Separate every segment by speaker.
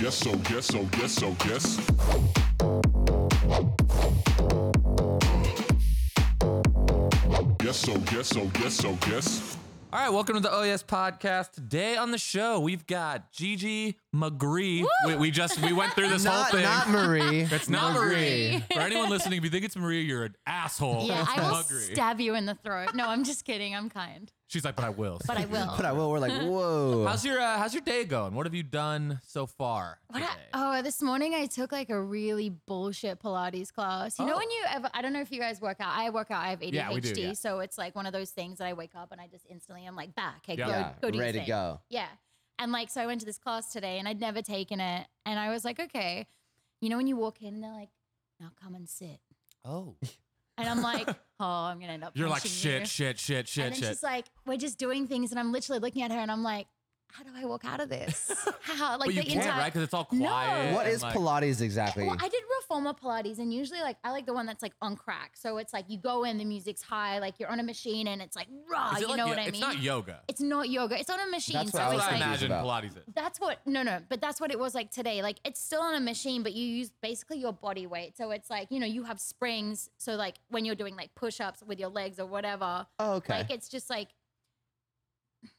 Speaker 1: yes, oh yes, oh yes, oh yes. Yes, oh yes, oh yes, oh yes.
Speaker 2: All right, welcome to the Oh Yes podcast. Today on the show, we've got Gigi McGree. We, we just we went through this
Speaker 3: not,
Speaker 2: whole thing.
Speaker 3: not Marie.
Speaker 2: it's not
Speaker 3: Marie.
Speaker 2: Marie. For anyone listening, if you think it's Marie, you're an asshole.
Speaker 4: Yeah,
Speaker 2: It's
Speaker 4: I will
Speaker 2: McGree.
Speaker 4: stab you in the throat. No, I'm just kidding. I'm kind,
Speaker 2: She's like, but I will.
Speaker 4: but I will.
Speaker 3: But I will. We're like, whoa.
Speaker 2: How's your uh, How's your day going? What have you done so far?
Speaker 4: What I-
Speaker 2: today?
Speaker 4: oh, this morning I took like a really bullshit Pilates class. You know
Speaker 2: Oh.
Speaker 4: when you ever I don't know if you guys work out. I work out. I have ADHD,
Speaker 2: Yeah, we do, yeah.
Speaker 4: so it's like one of those things that I wake up and I just instantly I'm like back. Hey,
Speaker 2: Yeah.
Speaker 4: go,
Speaker 2: Yeah,
Speaker 4: go do your
Speaker 3: ready to
Speaker 4: thing.
Speaker 3: go.
Speaker 4: Yeah, and like so I went to this class today and I'd never taken it, and I was like, okay, you know when you walk in, they're like, now come and sit,
Speaker 2: oh.
Speaker 4: and I'm like, oh, I'm gonna end up.
Speaker 2: You're like
Speaker 4: punching
Speaker 2: shit,
Speaker 4: you."
Speaker 2: shit, shit, shit,
Speaker 4: and then
Speaker 2: shit.
Speaker 4: she's like, "We're just doing things," and I'm literally looking at her, and I'm like, "How do I walk out of this? How?" Like
Speaker 2: but you
Speaker 4: the
Speaker 2: can't,
Speaker 4: entire.
Speaker 2: right? Because it's all
Speaker 4: No.
Speaker 2: quiet.
Speaker 3: What
Speaker 2: and,
Speaker 3: is
Speaker 2: like,
Speaker 3: Pilates exactly?
Speaker 4: well, I did reformer Pilates, and usually, like, I like the one that's like on crack. So it's like you go in, the music's high, like you're on a machine, and it's like raw.
Speaker 2: Is it
Speaker 4: Ah, You
Speaker 2: like
Speaker 4: know
Speaker 2: yo-
Speaker 4: what I mean?
Speaker 2: It's not yoga.
Speaker 4: It's not yoga. It's on a machine.
Speaker 3: That's
Speaker 4: so
Speaker 3: what I
Speaker 2: That's what I
Speaker 4: it's like,
Speaker 3: thinking.
Speaker 2: imagine
Speaker 3: about.
Speaker 2: Pilates is.
Speaker 4: that's what no no but that's what it was like today like it's still on a machine but you use basically your body weight so it's like you know you have springs so like when you're doing like push-ups with your legs or whatever
Speaker 3: Oh, okay.
Speaker 4: like it's just like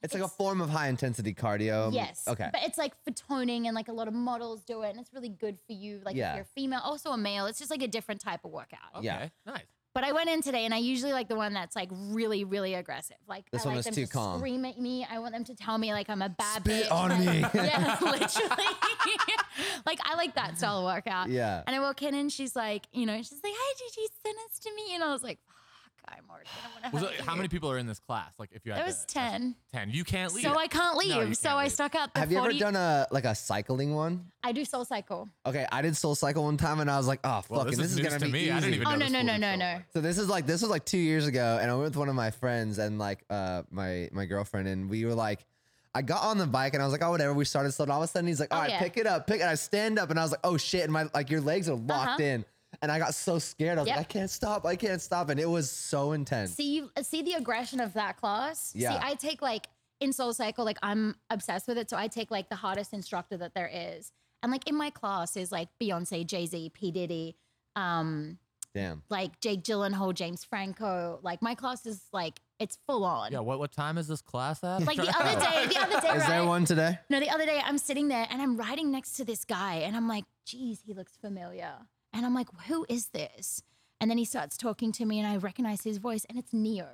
Speaker 3: it's like a
Speaker 4: it's-
Speaker 3: form of high intensity cardio.
Speaker 4: Yes.
Speaker 3: Um, Okay.
Speaker 4: But it's like for toning and like a lot of models do it and it's really good for you. Like
Speaker 3: Yeah.
Speaker 4: if you're female, also a male, it's just like a different type of workout.
Speaker 2: Okay,
Speaker 3: Yeah.
Speaker 2: nice.
Speaker 4: But I went in today and I usually like the one that's like really, really aggressive. Like
Speaker 3: This
Speaker 4: I
Speaker 3: one was
Speaker 4: like them
Speaker 3: too
Speaker 4: to
Speaker 3: calm.
Speaker 4: scream at me. I want them to tell me like I'm a bad
Speaker 3: Spit
Speaker 4: bitch.
Speaker 3: on
Speaker 4: Like-
Speaker 3: me.
Speaker 4: yeah, literally. like I like that style of workout.
Speaker 3: Yeah.
Speaker 4: uh, And I walk in and she's like, you know, she's like, hi Gigi, send this to me. And I was like, fuck, I'm already gonna wanna
Speaker 2: Was
Speaker 4: hurt
Speaker 2: it, how
Speaker 4: you."
Speaker 2: many people are in this class? Like, if you had
Speaker 4: There
Speaker 2: to-
Speaker 4: was 10.
Speaker 2: Ten. You can't leave.
Speaker 4: So I can't leave.
Speaker 2: No, you
Speaker 4: so
Speaker 2: can't
Speaker 4: I
Speaker 2: leave.
Speaker 4: stuck out the
Speaker 3: Have you
Speaker 4: 40
Speaker 3: ever done a like a cycling one?
Speaker 4: I do soul cycle.
Speaker 3: Okay, I did Soul Cycle one time, and I was like, oh fucking,
Speaker 2: Well,
Speaker 3: this, is,
Speaker 2: news
Speaker 3: gonna
Speaker 2: to
Speaker 3: be
Speaker 2: me.
Speaker 3: easy.
Speaker 2: I didn't even
Speaker 4: Oh
Speaker 2: know
Speaker 4: no
Speaker 2: this
Speaker 4: no
Speaker 2: was
Speaker 4: no
Speaker 2: a
Speaker 4: no
Speaker 2: film.
Speaker 4: no.
Speaker 3: So this is like this was like two years ago, and I went with one of my friends and like uh my my girlfriend, and we were like, I got on the bike and I was like, oh whatever. We started slow, and all of a sudden he's like, all right,
Speaker 4: Oh, yeah.
Speaker 3: pick it up, pick. it. And I stand up, and I was like, oh shit, and my like your legs are locked
Speaker 4: Uh-huh.
Speaker 3: in, and I got so scared. I was
Speaker 4: Yep.
Speaker 3: like, I can't stop, I can't stop, and it was so intense.
Speaker 4: See you see the aggression of that class.
Speaker 3: Yeah.
Speaker 4: See, I take like in Soul Cycle, like I'm obsessed with it. So I take like the hardest instructor that there is, and like in my class is like Beyonce, Jay Z, P Diddy, um,
Speaker 3: Damn.
Speaker 4: like Jake Gyllenhaal, James Franco. Like my class is like it's full on.
Speaker 2: Yeah. What what time is this class at?
Speaker 4: Like the other day, the other day,
Speaker 3: Is
Speaker 4: right?
Speaker 3: there one today?
Speaker 4: No, the other day I'm sitting there and I'm riding next to this guy and I'm like, geez, he looks familiar. And I'm like, who is this? And then he starts talking to me and I recognize his voice and it's Neo.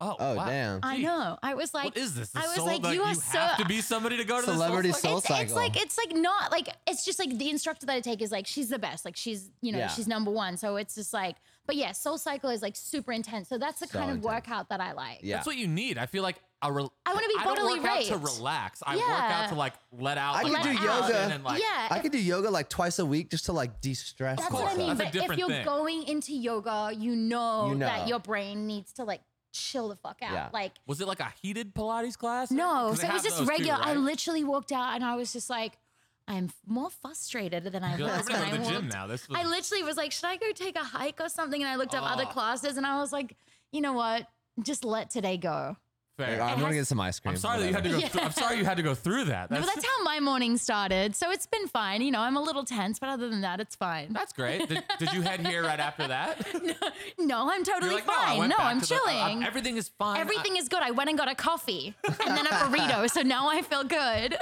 Speaker 2: oh
Speaker 3: Oh,
Speaker 2: wow.
Speaker 3: damn.
Speaker 4: I
Speaker 2: Gee,
Speaker 4: know. I was like,
Speaker 2: What is this? The
Speaker 4: I was
Speaker 2: soul-
Speaker 4: like, you are
Speaker 2: have
Speaker 4: so.
Speaker 2: to be somebody to go to
Speaker 3: Celebrity
Speaker 2: this.
Speaker 3: soul
Speaker 4: it's, it's
Speaker 3: cycle.
Speaker 4: like it's like not like it's just like the instructor that I take is like she's the best like she's you know
Speaker 3: Yeah.
Speaker 4: she's number one so it's just like but yeah Soul Cycle is like super intense so that's the
Speaker 3: So
Speaker 4: kind of
Speaker 3: intense.
Speaker 4: workout that I like
Speaker 3: Yeah.
Speaker 2: That's what you need. I feel like a re-
Speaker 4: I wanna be
Speaker 2: don't
Speaker 4: bodily
Speaker 2: work out to
Speaker 4: raped.
Speaker 2: relax. I work
Speaker 4: Yeah.
Speaker 2: out to like let out.
Speaker 3: I
Speaker 2: like,
Speaker 3: could
Speaker 2: my
Speaker 3: do
Speaker 2: passion
Speaker 3: yoga.
Speaker 2: And, like,
Speaker 4: yeah
Speaker 3: I could do yoga like twice a week just to like de-stress.
Speaker 4: That's
Speaker 2: course.
Speaker 4: what I mean.
Speaker 2: That's a
Speaker 4: but if
Speaker 2: different
Speaker 4: you're
Speaker 2: thing.
Speaker 4: going into yoga, you know,
Speaker 3: You know.
Speaker 4: that your brain needs to like chill the fuck out.
Speaker 3: Yeah.
Speaker 4: Like
Speaker 2: Was it like a heated Pilates class?
Speaker 4: no,
Speaker 2: 'Cause they
Speaker 4: so it
Speaker 2: have
Speaker 4: was just
Speaker 2: those too,
Speaker 4: regular. I
Speaker 2: right?
Speaker 4: literally walked out and I was just like, I'm f- more frustrated than I
Speaker 2: You're like,
Speaker 4: was
Speaker 2: I'm gonna
Speaker 4: when I
Speaker 2: go to the
Speaker 4: walked.
Speaker 2: gym now. This was-
Speaker 4: I literally was like, should I go take a hike or something? And I looked up other classes and I was like, you know what? Just let today go.
Speaker 3: Like,
Speaker 2: Fair.
Speaker 3: I'm
Speaker 4: It
Speaker 3: gonna
Speaker 4: has-
Speaker 3: get some ice cream.
Speaker 2: I'm sorry that you had to
Speaker 3: whatever.
Speaker 2: go. Through, I'm sorry you had to go through that.
Speaker 4: But
Speaker 2: That's,
Speaker 4: that's how my morning started. So it's been fine. You know, I'm a little tense, but other than that, it's fine.
Speaker 2: that's great. Did, did you head here right after that?
Speaker 4: No, I'm totally
Speaker 2: You're like, I
Speaker 4: fine.
Speaker 2: went
Speaker 4: No,
Speaker 2: back to
Speaker 4: I'm
Speaker 2: the-
Speaker 4: chilling.
Speaker 2: I- I'm- everything is fine.
Speaker 4: Everything is good. I went and got a coffee and then a burrito, so now I feel good.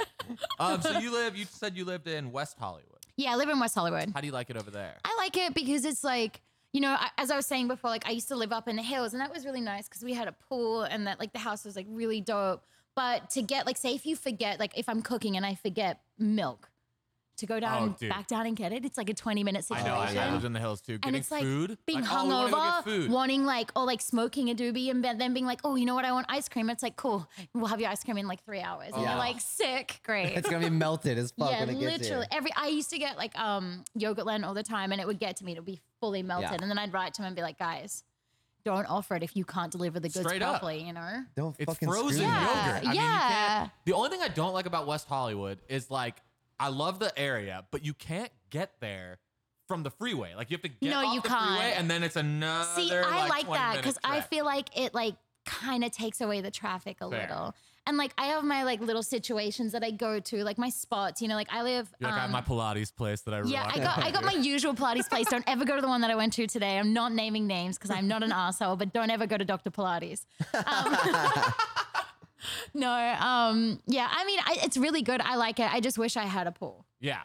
Speaker 2: I, um, so you live. You said you lived in West Hollywood.
Speaker 4: Yeah, I live in West Hollywood.
Speaker 2: How do you like it over there?
Speaker 4: I like it because it's like, you know, I, as I was saying before, like I used to live up in the hills and that was really nice because we had a pool and that like the house was like really dope. But to get like, say if you forget, like if I'm cooking and I forget milk, to go down,
Speaker 2: Oh, dude.
Speaker 4: back down and get it, it's like a 20 minute
Speaker 2: I
Speaker 4: situation.
Speaker 2: know. I, I lived in the hills too. Getting
Speaker 4: and it's like
Speaker 2: food,
Speaker 4: being
Speaker 2: like, oh, we wanna go
Speaker 4: hungover,
Speaker 2: get food.
Speaker 4: wanting like, or like smoking a doobie, and be- then being like, oh, you know what? I want ice cream. It's like, cool. We'll have your ice cream in like three hours.
Speaker 3: Yeah.
Speaker 4: And
Speaker 2: Oh.
Speaker 4: you're like, sick, great.
Speaker 3: It's gonna be melted as fuck
Speaker 4: yeah,
Speaker 3: when it gets
Speaker 4: literally.
Speaker 3: here.
Speaker 4: Every I used to get like um yogurtland all the time, and it would get to me. It would be fully melted,
Speaker 3: Yeah.
Speaker 4: and then I'd write to him and be like, guys, don't offer it if you can't deliver the goods
Speaker 2: Straight up.
Speaker 4: properly. You know.
Speaker 3: Don't
Speaker 2: It's
Speaker 3: fucking
Speaker 2: frozen
Speaker 3: screw me.
Speaker 4: Yeah.
Speaker 2: yogurt. I mean, you
Speaker 4: yeah.
Speaker 2: can't- the only thing I don't like about West Hollywood is like I love the area, but you can't get there from the freeway. Like you have to get
Speaker 4: No,
Speaker 2: off
Speaker 4: you
Speaker 2: the
Speaker 4: can't.
Speaker 2: freeway and then it's another.
Speaker 4: See, I like,
Speaker 2: 20
Speaker 4: that
Speaker 2: minute
Speaker 4: because I
Speaker 2: trek.
Speaker 4: feel like it like kind of takes away the traffic a
Speaker 2: Fair.
Speaker 4: little. And And like I have my like little situations that I go to, like my spots. You know, like I live.
Speaker 2: You're like, I have
Speaker 4: um,
Speaker 2: my Pilates place that I
Speaker 4: yeah,
Speaker 2: rock
Speaker 4: I got I got my usual Pilates place. Don't ever go to the one that I went to today. I'm not naming names because I'm not an asshole, but don't ever go to Dr. Pilates. Um, no, um, yeah, I mean, I, it's really good. I like it. I just wish I had a pool.
Speaker 2: Yeah,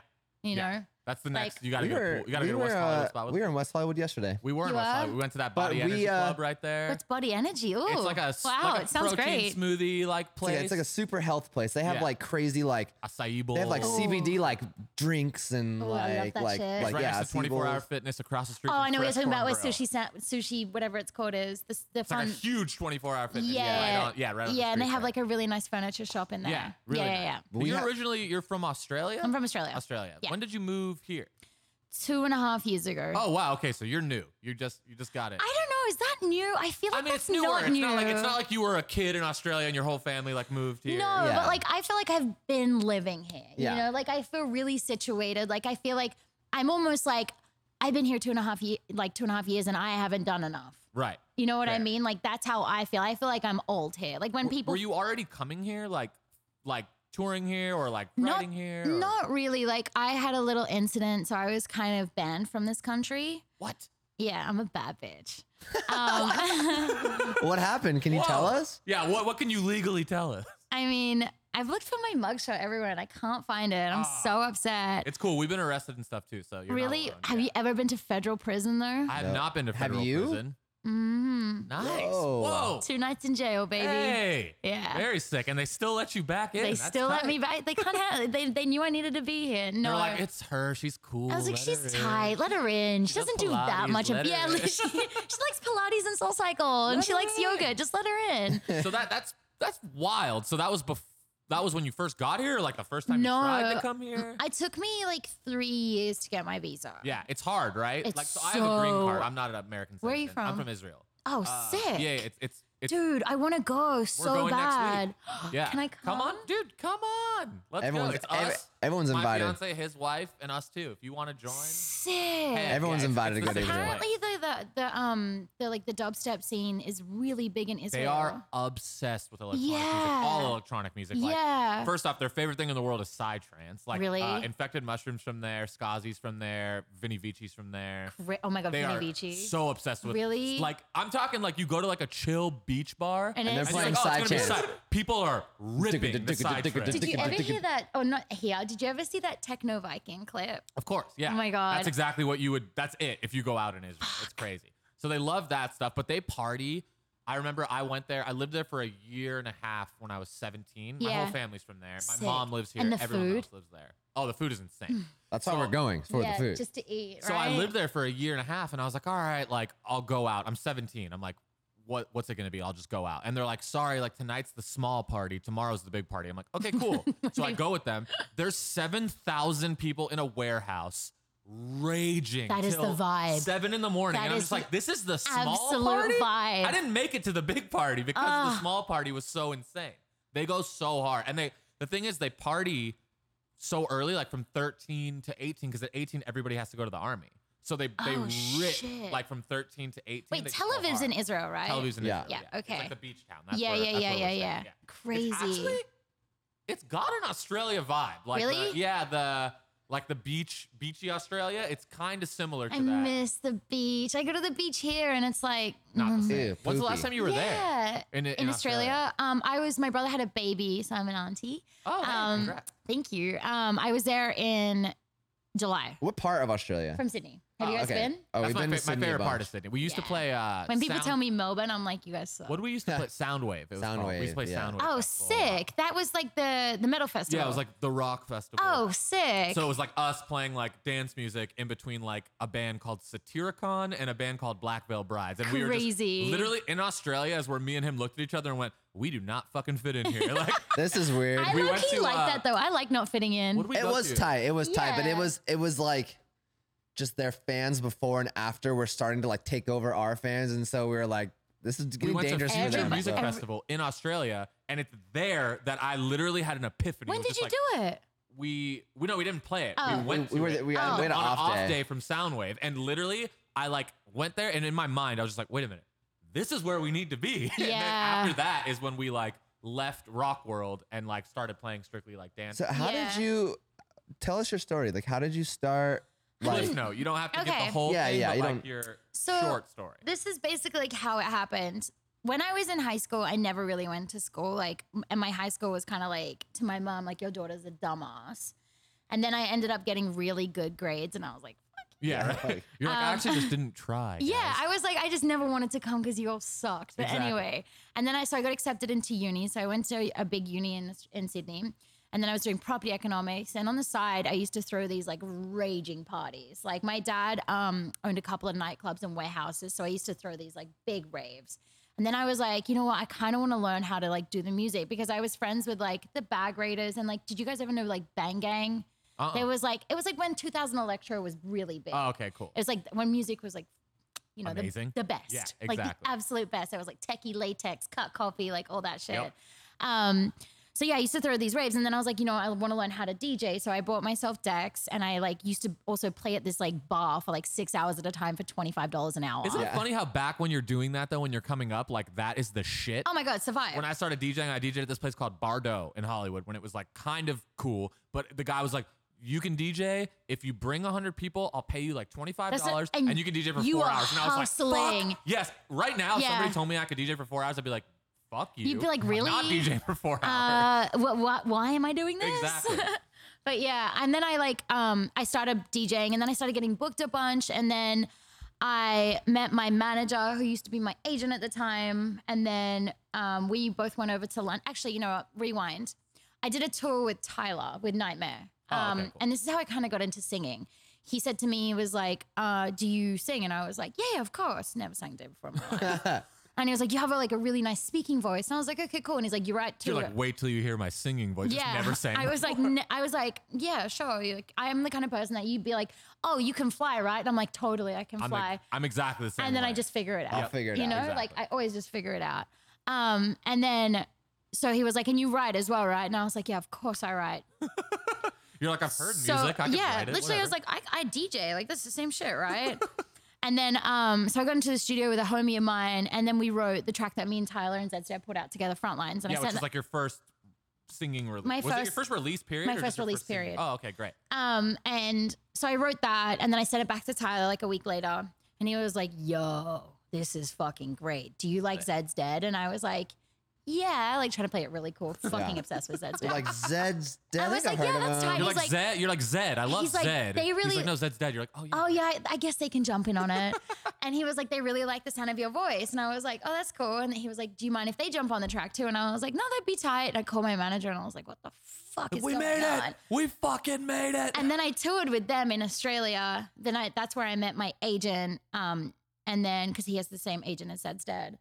Speaker 2: Yeah.
Speaker 4: You know,
Speaker 2: that's the
Speaker 4: Like-
Speaker 2: next. you gotta go. to pool- You gotta
Speaker 3: we
Speaker 2: go to
Speaker 3: were,
Speaker 2: West
Speaker 3: uh,
Speaker 2: Hollywood spot. with-
Speaker 3: we were in West Hollywood yesterday.
Speaker 2: We were in
Speaker 4: You
Speaker 2: West
Speaker 4: were?
Speaker 2: Hollywood. We went to that
Speaker 3: But
Speaker 2: Body
Speaker 3: we,
Speaker 2: Energy
Speaker 3: uh,
Speaker 2: Club right there.
Speaker 4: it's body energy. Ooh,
Speaker 2: It's like a s-
Speaker 4: wow.
Speaker 2: like a
Speaker 4: it sounds
Speaker 2: protein
Speaker 4: great.
Speaker 2: smoothie like
Speaker 3: It's
Speaker 2: place.
Speaker 3: like, it's like a super health place. They have
Speaker 2: Yeah.
Speaker 3: like crazy like
Speaker 2: acai bowl.
Speaker 3: they have like
Speaker 4: Oh.
Speaker 3: CBD like drinks and
Speaker 4: Oh, I love
Speaker 3: like
Speaker 4: that
Speaker 3: like
Speaker 4: shit.
Speaker 3: like
Speaker 2: right
Speaker 3: yeah.
Speaker 2: next to 24
Speaker 3: people-
Speaker 2: Hour Fitness across the street.
Speaker 4: Oh,
Speaker 2: from
Speaker 4: I know what you're
Speaker 2: Fresh
Speaker 4: talking about. With
Speaker 2: Corn Grill.
Speaker 4: sushi, sa- sushi, whatever it's called, is the the
Speaker 2: It's like
Speaker 4: fun.
Speaker 2: a huge 24 hour fitness.
Speaker 4: yeah,
Speaker 2: right on, yeah, right. On
Speaker 4: yeah,
Speaker 2: the
Speaker 4: and they
Speaker 2: street
Speaker 4: have
Speaker 2: there.
Speaker 4: like a really nice furniture shop in there.
Speaker 2: yeah, really
Speaker 4: yeah,
Speaker 2: nice.
Speaker 4: yeah,
Speaker 2: But
Speaker 3: We
Speaker 2: you're
Speaker 3: ha-
Speaker 2: originally you're from Australia.
Speaker 4: I'm from Australia.
Speaker 2: Australia.
Speaker 4: Yeah.
Speaker 2: When did you move here?
Speaker 4: Two and a half years ago.
Speaker 2: Oh wow. Okay, so you're new. You just you just got it.
Speaker 4: I don't know. Is that new? I feel like
Speaker 2: I mean,
Speaker 4: that's
Speaker 2: it's newer.
Speaker 4: not
Speaker 2: it's
Speaker 4: new.
Speaker 2: not like it's not like you were a kid in Australia and your whole family like moved here.
Speaker 4: No,
Speaker 3: Yeah.
Speaker 4: but like I feel like I've been living here.
Speaker 3: Yeah.
Speaker 4: You know, like I feel really situated. Like I feel like I'm almost like I've been here two and a half years, like two and a half years, and I haven't done enough.
Speaker 2: Right.
Speaker 4: You know what I
Speaker 2: Fair.
Speaker 4: mean? Like that's how I feel. I feel like I'm old here. Like when
Speaker 2: Were-
Speaker 4: people
Speaker 2: were you already coming here like like touring here or like
Speaker 4: Not-
Speaker 2: writing here? or-
Speaker 4: Not really. Like I had a little incident, so I was kind of banned from this country.
Speaker 2: What?
Speaker 4: Yeah, I'm a bad bitch. Um,
Speaker 3: What happened? Can you
Speaker 2: Whoa.
Speaker 3: tell us?
Speaker 2: Yeah. What what can you legally tell us?
Speaker 4: I mean, I've looked for my mugshot everywhere and I can't find it. I'm
Speaker 2: Ah.
Speaker 4: so upset.
Speaker 2: It's cool. We've been arrested and stuff too. So you're not
Speaker 4: really?
Speaker 2: alone,
Speaker 4: Have
Speaker 2: yeah.
Speaker 4: you ever been to federal prison though?
Speaker 2: I have
Speaker 3: No.
Speaker 2: not been to
Speaker 3: Have
Speaker 2: federal
Speaker 3: you?
Speaker 2: prison.
Speaker 4: mm.
Speaker 2: Nice.
Speaker 3: Whoa.
Speaker 2: Whoa.
Speaker 4: Two nights in jail, baby.
Speaker 2: Oh. Hey.
Speaker 4: Yeah.
Speaker 2: Very sick. And they still let you back in.
Speaker 4: they
Speaker 2: That's
Speaker 4: still let
Speaker 2: tight.
Speaker 4: me back. They can't have. They they knew I needed to be here. No.
Speaker 2: They're like, it's her. She's cool.
Speaker 4: I was like,
Speaker 2: let her
Speaker 4: she's
Speaker 2: in."
Speaker 4: tight. Let her in. She,
Speaker 2: She does
Speaker 4: doesn't do that
Speaker 2: Pilates,
Speaker 4: much of
Speaker 2: let her
Speaker 4: yeah.
Speaker 2: in.
Speaker 4: she, she likes Pilates and Soul Cycle, and
Speaker 2: Let
Speaker 4: she
Speaker 2: her
Speaker 4: likes yoga. Just let her in.
Speaker 2: so that that's that's wild. So that was before. That was when you first got here, or like the first time
Speaker 4: No.
Speaker 2: you tried to come here.
Speaker 4: It took me like three years to get my visa.
Speaker 2: yeah, it's hard, right?
Speaker 4: It's
Speaker 2: like, so, I have a green card.
Speaker 4: so-
Speaker 2: I'm not an American.
Speaker 4: Where are you
Speaker 2: citizen. I'm
Speaker 4: from?
Speaker 2: from Israel.
Speaker 4: Oh,
Speaker 2: Uh,
Speaker 4: sick.
Speaker 2: Yeah, it's it's it's.
Speaker 4: Dude, I want to go so
Speaker 2: going next week.
Speaker 4: bad.
Speaker 2: yeah.
Speaker 4: Can I
Speaker 2: Come on,
Speaker 4: come?
Speaker 2: dude. Come on. Let's
Speaker 3: Everyone's
Speaker 2: go. It's
Speaker 3: ev-
Speaker 2: us.
Speaker 3: everyone's
Speaker 2: my
Speaker 3: invited.
Speaker 2: fiance, his wife, and us too. If you want to join,
Speaker 4: Sick.
Speaker 2: Heck
Speaker 3: Everyone's
Speaker 2: yeah, it's-
Speaker 3: invited
Speaker 2: it's
Speaker 3: to go
Speaker 2: the
Speaker 3: to
Speaker 2: same
Speaker 3: Israel.
Speaker 2: way.
Speaker 4: Apparently, the, the the um the like the dubstep scene is really big in Israel.
Speaker 2: They are obsessed with electronic music,
Speaker 4: Yeah.
Speaker 2: all electronic music. Like,
Speaker 4: Yeah.
Speaker 2: First off, their favorite thing in the world is psytrance. Like,
Speaker 4: Really?
Speaker 2: uh, infected mushrooms from there, Skazi's from there, Vinny Vici's from there.
Speaker 4: Re- oh my god,
Speaker 2: They
Speaker 4: Vinny
Speaker 2: are
Speaker 4: Vici.
Speaker 2: so obsessed with
Speaker 4: Really?
Speaker 2: Like, I'm talking like you go to like a chill beach bar,
Speaker 4: And And they're
Speaker 2: it's like,
Speaker 3: playing
Speaker 2: oh, it's gonna be
Speaker 3: Psytrance.
Speaker 2: psy- People are ripping the psytrance.
Speaker 4: Did you ever
Speaker 3: Did you-
Speaker 4: hear that? Oh, not here. Did you ever see that techno Viking clip?
Speaker 2: Of course, yeah.
Speaker 4: Oh my God.
Speaker 2: That's exactly what you would. That's it. If you go out in Israel, it's crazy. So they love that stuff, but they party. I remember I went there. I lived there for a year and a half when I was 17. My whole
Speaker 4: Yeah.
Speaker 2: family's from there. My
Speaker 4: Sick.
Speaker 2: mom lives here.
Speaker 4: And the
Speaker 2: Everyone
Speaker 4: food?
Speaker 2: else lives there. Oh, the food is insane.
Speaker 3: That's why we're going for
Speaker 4: yeah,
Speaker 3: the food.
Speaker 4: just to eat.
Speaker 2: so
Speaker 4: Hmm. right?
Speaker 2: I lived there for a year and a half, and I was like, all right, like I'll go out. I'm 17. I'm like, what? What's it gonna be? I'll just go out. And they're like, sorry, like tonight's the small party, tomorrow's the big party. I'm like, okay, cool. so I go with them. There's 7,000 people in a warehouse. Raging.
Speaker 4: That is the
Speaker 2: till
Speaker 4: vibe.
Speaker 2: Seven in the morning.
Speaker 4: That
Speaker 2: and I'm
Speaker 4: is
Speaker 2: just like, this is the small
Speaker 4: Absolute
Speaker 2: party.
Speaker 4: vibe.
Speaker 2: I didn't make it to the big party because the
Speaker 4: Ah.
Speaker 2: small party was so insane. They go so hard, and they the thing is they party so early, like from 13 to 18, because at 18 everybody has to go to the army. So they they
Speaker 4: Oh,
Speaker 2: rip
Speaker 4: shit.
Speaker 2: like from 13 to 18.
Speaker 4: Wait,
Speaker 2: they just
Speaker 4: Tel
Speaker 2: go
Speaker 4: Aviv's in
Speaker 2: hard.
Speaker 4: Israel, right?
Speaker 2: Tel Aviv's in
Speaker 3: Yeah.
Speaker 2: Israel.
Speaker 4: Yeah,
Speaker 2: It's
Speaker 4: okay.
Speaker 2: like the beach town. That's
Speaker 4: Yeah,
Speaker 2: where-
Speaker 4: yeah,
Speaker 2: that's
Speaker 4: yeah,
Speaker 2: where we're
Speaker 4: yeah,
Speaker 2: staying.
Speaker 4: yeah. Crazy.
Speaker 2: It's actually, it's got an Australia vibe. Like the-
Speaker 4: Really?
Speaker 2: yeah, the like the beach, beachy Australia. It's kind of similar to
Speaker 4: I
Speaker 2: that.
Speaker 4: miss the beach. I go to the beach here, and it's like
Speaker 2: Not the
Speaker 4: mm,
Speaker 2: same.
Speaker 3: Ew,
Speaker 2: When's the last
Speaker 3: poopy.
Speaker 2: time you were there?
Speaker 4: yeah.
Speaker 2: In, in,
Speaker 4: In Australia, um, I was my brother had a baby, so I'm an auntie.
Speaker 2: Oh, hey,
Speaker 4: Um,
Speaker 2: congrats.
Speaker 4: Thank you. Um, I was there in July
Speaker 3: what part of Australia?
Speaker 4: from Sydney. Have you
Speaker 2: Oh,
Speaker 4: guys
Speaker 3: okay.
Speaker 4: been?
Speaker 3: Oh,
Speaker 2: That's
Speaker 3: we've
Speaker 2: my, fa-
Speaker 3: been to
Speaker 2: my
Speaker 3: Sydney a
Speaker 2: favorite part
Speaker 3: bunch.
Speaker 2: of Sydney. We used to
Speaker 4: Yeah.
Speaker 2: play. Uh,
Speaker 4: When people
Speaker 2: sound,
Speaker 4: tell me Melbourne, I'm like, you guys suck.
Speaker 2: what do we used to play? Soundwave. It was called. We used to
Speaker 3: Soundwave,
Speaker 2: play
Speaker 3: yeah.
Speaker 2: Soundwave.
Speaker 4: oh,
Speaker 2: Festival a lot.
Speaker 4: sick! That was like the the metal festival.
Speaker 2: Yeah, it was like the rock festival.
Speaker 4: oh, sick.
Speaker 2: So it was like us playing like dance music in between like a band called Satyricon and a band called Black Veil Brides, and we were just
Speaker 4: Crazy.
Speaker 2: literally in Australia, is where me and him looked at each other and went, "We do not fucking fit in here." Like,
Speaker 3: This is weird.
Speaker 4: I
Speaker 2: we
Speaker 4: low
Speaker 2: went
Speaker 4: key
Speaker 2: to,
Speaker 4: like
Speaker 2: uh,
Speaker 4: that though. I like not fitting in.
Speaker 2: what do we?
Speaker 3: it
Speaker 2: go
Speaker 3: was
Speaker 2: to?
Speaker 3: tight. It was tight, but it
Speaker 4: Yeah.
Speaker 3: was it was like just their fans before and after were starting to like take over our fans, and so we were like, this is
Speaker 2: We
Speaker 3: getting
Speaker 2: went to
Speaker 3: dangerous for
Speaker 2: Future
Speaker 3: them.
Speaker 4: Everybody-
Speaker 2: Music
Speaker 3: so.
Speaker 4: Every-
Speaker 2: Festival in Australia, and it's there that I literally had an epiphany.
Speaker 4: when
Speaker 2: It was
Speaker 4: did
Speaker 2: just
Speaker 4: you
Speaker 2: like,
Speaker 4: do it?
Speaker 2: we we no we didn't play it.
Speaker 4: Oh.
Speaker 2: We went.
Speaker 3: We
Speaker 2: to
Speaker 3: were
Speaker 2: it
Speaker 3: we had, we had an
Speaker 2: Oh. on
Speaker 3: off,
Speaker 2: an
Speaker 3: day.
Speaker 2: off day from Soundwave, and literally I like went there, and in my mind I was just like, wait a minute, this is where we need to be. and then
Speaker 4: Yeah.
Speaker 2: after that is when we like left rock world and like started playing strictly like dance.
Speaker 3: So how
Speaker 4: Yeah.
Speaker 3: did you tell us your story? Like how did you start? Like
Speaker 2: Cliff note. You don't have to get
Speaker 4: Okay.
Speaker 2: the whole
Speaker 3: Yeah,
Speaker 2: thing,
Speaker 3: yeah,
Speaker 2: but
Speaker 3: you
Speaker 2: like
Speaker 3: don't-
Speaker 2: your
Speaker 4: So-
Speaker 2: short story.
Speaker 4: This is basically like how it happened. When I was in high school, I never really went to school. Like, m- and my high school was kind of like to my mom, like your daughter's a dumbass. And then I ended up getting really good grades, and I was like,
Speaker 2: Yeah,
Speaker 3: Yeah,
Speaker 2: right.
Speaker 3: like-
Speaker 2: You're like, I
Speaker 4: Um,
Speaker 2: actually just didn't try.
Speaker 4: Yeah,
Speaker 2: guys."
Speaker 4: I was like, I just never wanted to come because you all sucked. But
Speaker 2: Exactly.
Speaker 4: anyway, and then I so I got accepted into uni. So I went to a big uni in in Sydney, and then I was doing property economics. And on the side, I used to throw these like raging parties. Like my dad um, owned a couple of nightclubs and warehouses, so I used to throw these like big raves. And then I was like, you know what? I kind of want to learn how to like do the music because I was friends with like the Bag Raiders and like, did you guys ever know like Bang Gang?
Speaker 2: Uh-uh.
Speaker 4: There was like, it was like when 2000 Electro was really big.
Speaker 2: Oh, okay, cool.
Speaker 4: It was like when music was like, you know, the,
Speaker 2: Amazing.
Speaker 4: the best.
Speaker 2: Yeah,
Speaker 4: Like
Speaker 2: exactly.
Speaker 4: the absolute best. It was like techie latex, cut coffee, like all that shit.
Speaker 2: Yep.
Speaker 4: Um, so yeah, I used to throw these raves, and then I was like, you know, I want to learn how to DJ. So I bought myself decks, and I like used to also play at this like bar for like six hours at a time for twenty five dollars an hour.
Speaker 2: Isn't
Speaker 3: Yeah.
Speaker 2: it funny how back when you're doing that though, when you're coming up, like that is the shit.
Speaker 4: Oh my god, survive!
Speaker 2: when I started DJing, I DJed at this place called Bardo in Hollywood when it was like kind of cool. But the guy was like, "You can DJ if you bring hundred people, I'll pay you like twenty five dollars,
Speaker 4: and
Speaker 2: and, you can DJ for
Speaker 4: you
Speaker 2: four
Speaker 4: are
Speaker 2: hours." And I was like,
Speaker 4: hustling.
Speaker 2: "Fuck yes!" Right now, if
Speaker 4: Yeah.
Speaker 2: somebody told me I could DJ for four hours, I'd be like, "Fuck you!"
Speaker 4: You'd be like,
Speaker 2: I'm Not
Speaker 4: "Really?"
Speaker 2: DJing for four hours.
Speaker 4: uh, what, what, why am I doing this?
Speaker 2: Exactly.
Speaker 4: But yeah, and then I like um I started DJing and then I started getting booked a bunch and then I met my manager who used to be my agent at the time and then um, we both went over to London. Actually, you know what? Rewind. I did a tour with Tyler with Nightmare.
Speaker 2: Oh, okay,
Speaker 4: um
Speaker 2: cool.
Speaker 4: and this is how I kind of got into singing. He said to me, he was like, uh, do you sing? And I was like, yeah, of course. Never sang a day before in my life. And he was like, you have a, like a really nice speaking voice. And I was like, okay, cool. And he's like, you're right too.
Speaker 2: You're like, "Wait till you hear my singing voice." Just never sang.
Speaker 4: I was like, ne- I was like, yeah, sure. You're Like, I am the kind of person that you'd be like, oh, you can fly, right? And I'm like, totally, I can
Speaker 2: I'm,
Speaker 4: fly.
Speaker 2: like, I'm exactly the same.
Speaker 4: and then I
Speaker 2: way.
Speaker 4: just figure it out.
Speaker 3: I'll figure it
Speaker 4: you
Speaker 3: out,
Speaker 4: know,
Speaker 2: exactly.
Speaker 4: like I always just figure it out. Um, and then so he was like, and you write as well, right? And I was like, yeah, of course I write.
Speaker 2: you're like, I've heard
Speaker 4: so
Speaker 2: music. I can
Speaker 4: yeah,
Speaker 2: write it,
Speaker 4: literally, I was
Speaker 2: whatever."
Speaker 4: like, I, I DJ, like that's the same shit, right? and then um, so I got into the studio with a homie of mine, and then we wrote the track that me and Tyler and Zedstead put out together, Frontlines, and I
Speaker 2: yeah,
Speaker 4: sent
Speaker 2: which is like your first singing release.
Speaker 4: My
Speaker 2: was it your
Speaker 4: first-
Speaker 2: first release period?
Speaker 4: my
Speaker 2: or just
Speaker 4: first
Speaker 2: your
Speaker 4: release
Speaker 2: single?
Speaker 4: period.
Speaker 2: Oh, okay, great.
Speaker 4: Um, and so I wrote that, and then I sent it back to Tyler like a week later, and he was like, "Yo, this is fucking great. Do you like Zed's Dead?" And I was like, "Yeah," like trying to play it really cool. Fucking
Speaker 3: Yeah.
Speaker 4: obsessed with Zed's Dead.
Speaker 3: like Zed's dead.
Speaker 4: I
Speaker 3: I,
Speaker 4: was
Speaker 3: think I've heard
Speaker 4: like, yeah,
Speaker 3: of
Speaker 4: that's
Speaker 3: him.
Speaker 4: tight.
Speaker 2: You're
Speaker 4: He's
Speaker 2: like, Zed. You're like Zed. I love
Speaker 4: he's like,
Speaker 2: Zed.
Speaker 4: they
Speaker 2: He's
Speaker 4: really-
Speaker 2: like, no, Zed's dead. You're like, oh yeah.
Speaker 4: oh yeah, I, I guess they can jump in on it. and he was like, they really like the sound of your voice. And I was like, oh, that's cool. And he was like, do you mind if they jump on the track too? And I was like, no, that'd be tight. And I called my manager and I was like, what the fuck is
Speaker 2: we
Speaker 4: going
Speaker 2: made
Speaker 4: on?
Speaker 2: it. We fucking made it.
Speaker 4: and then I toured with them in Australia. Then I that's where I met my agent. Um, and then because he has the same agent as Zed's dad.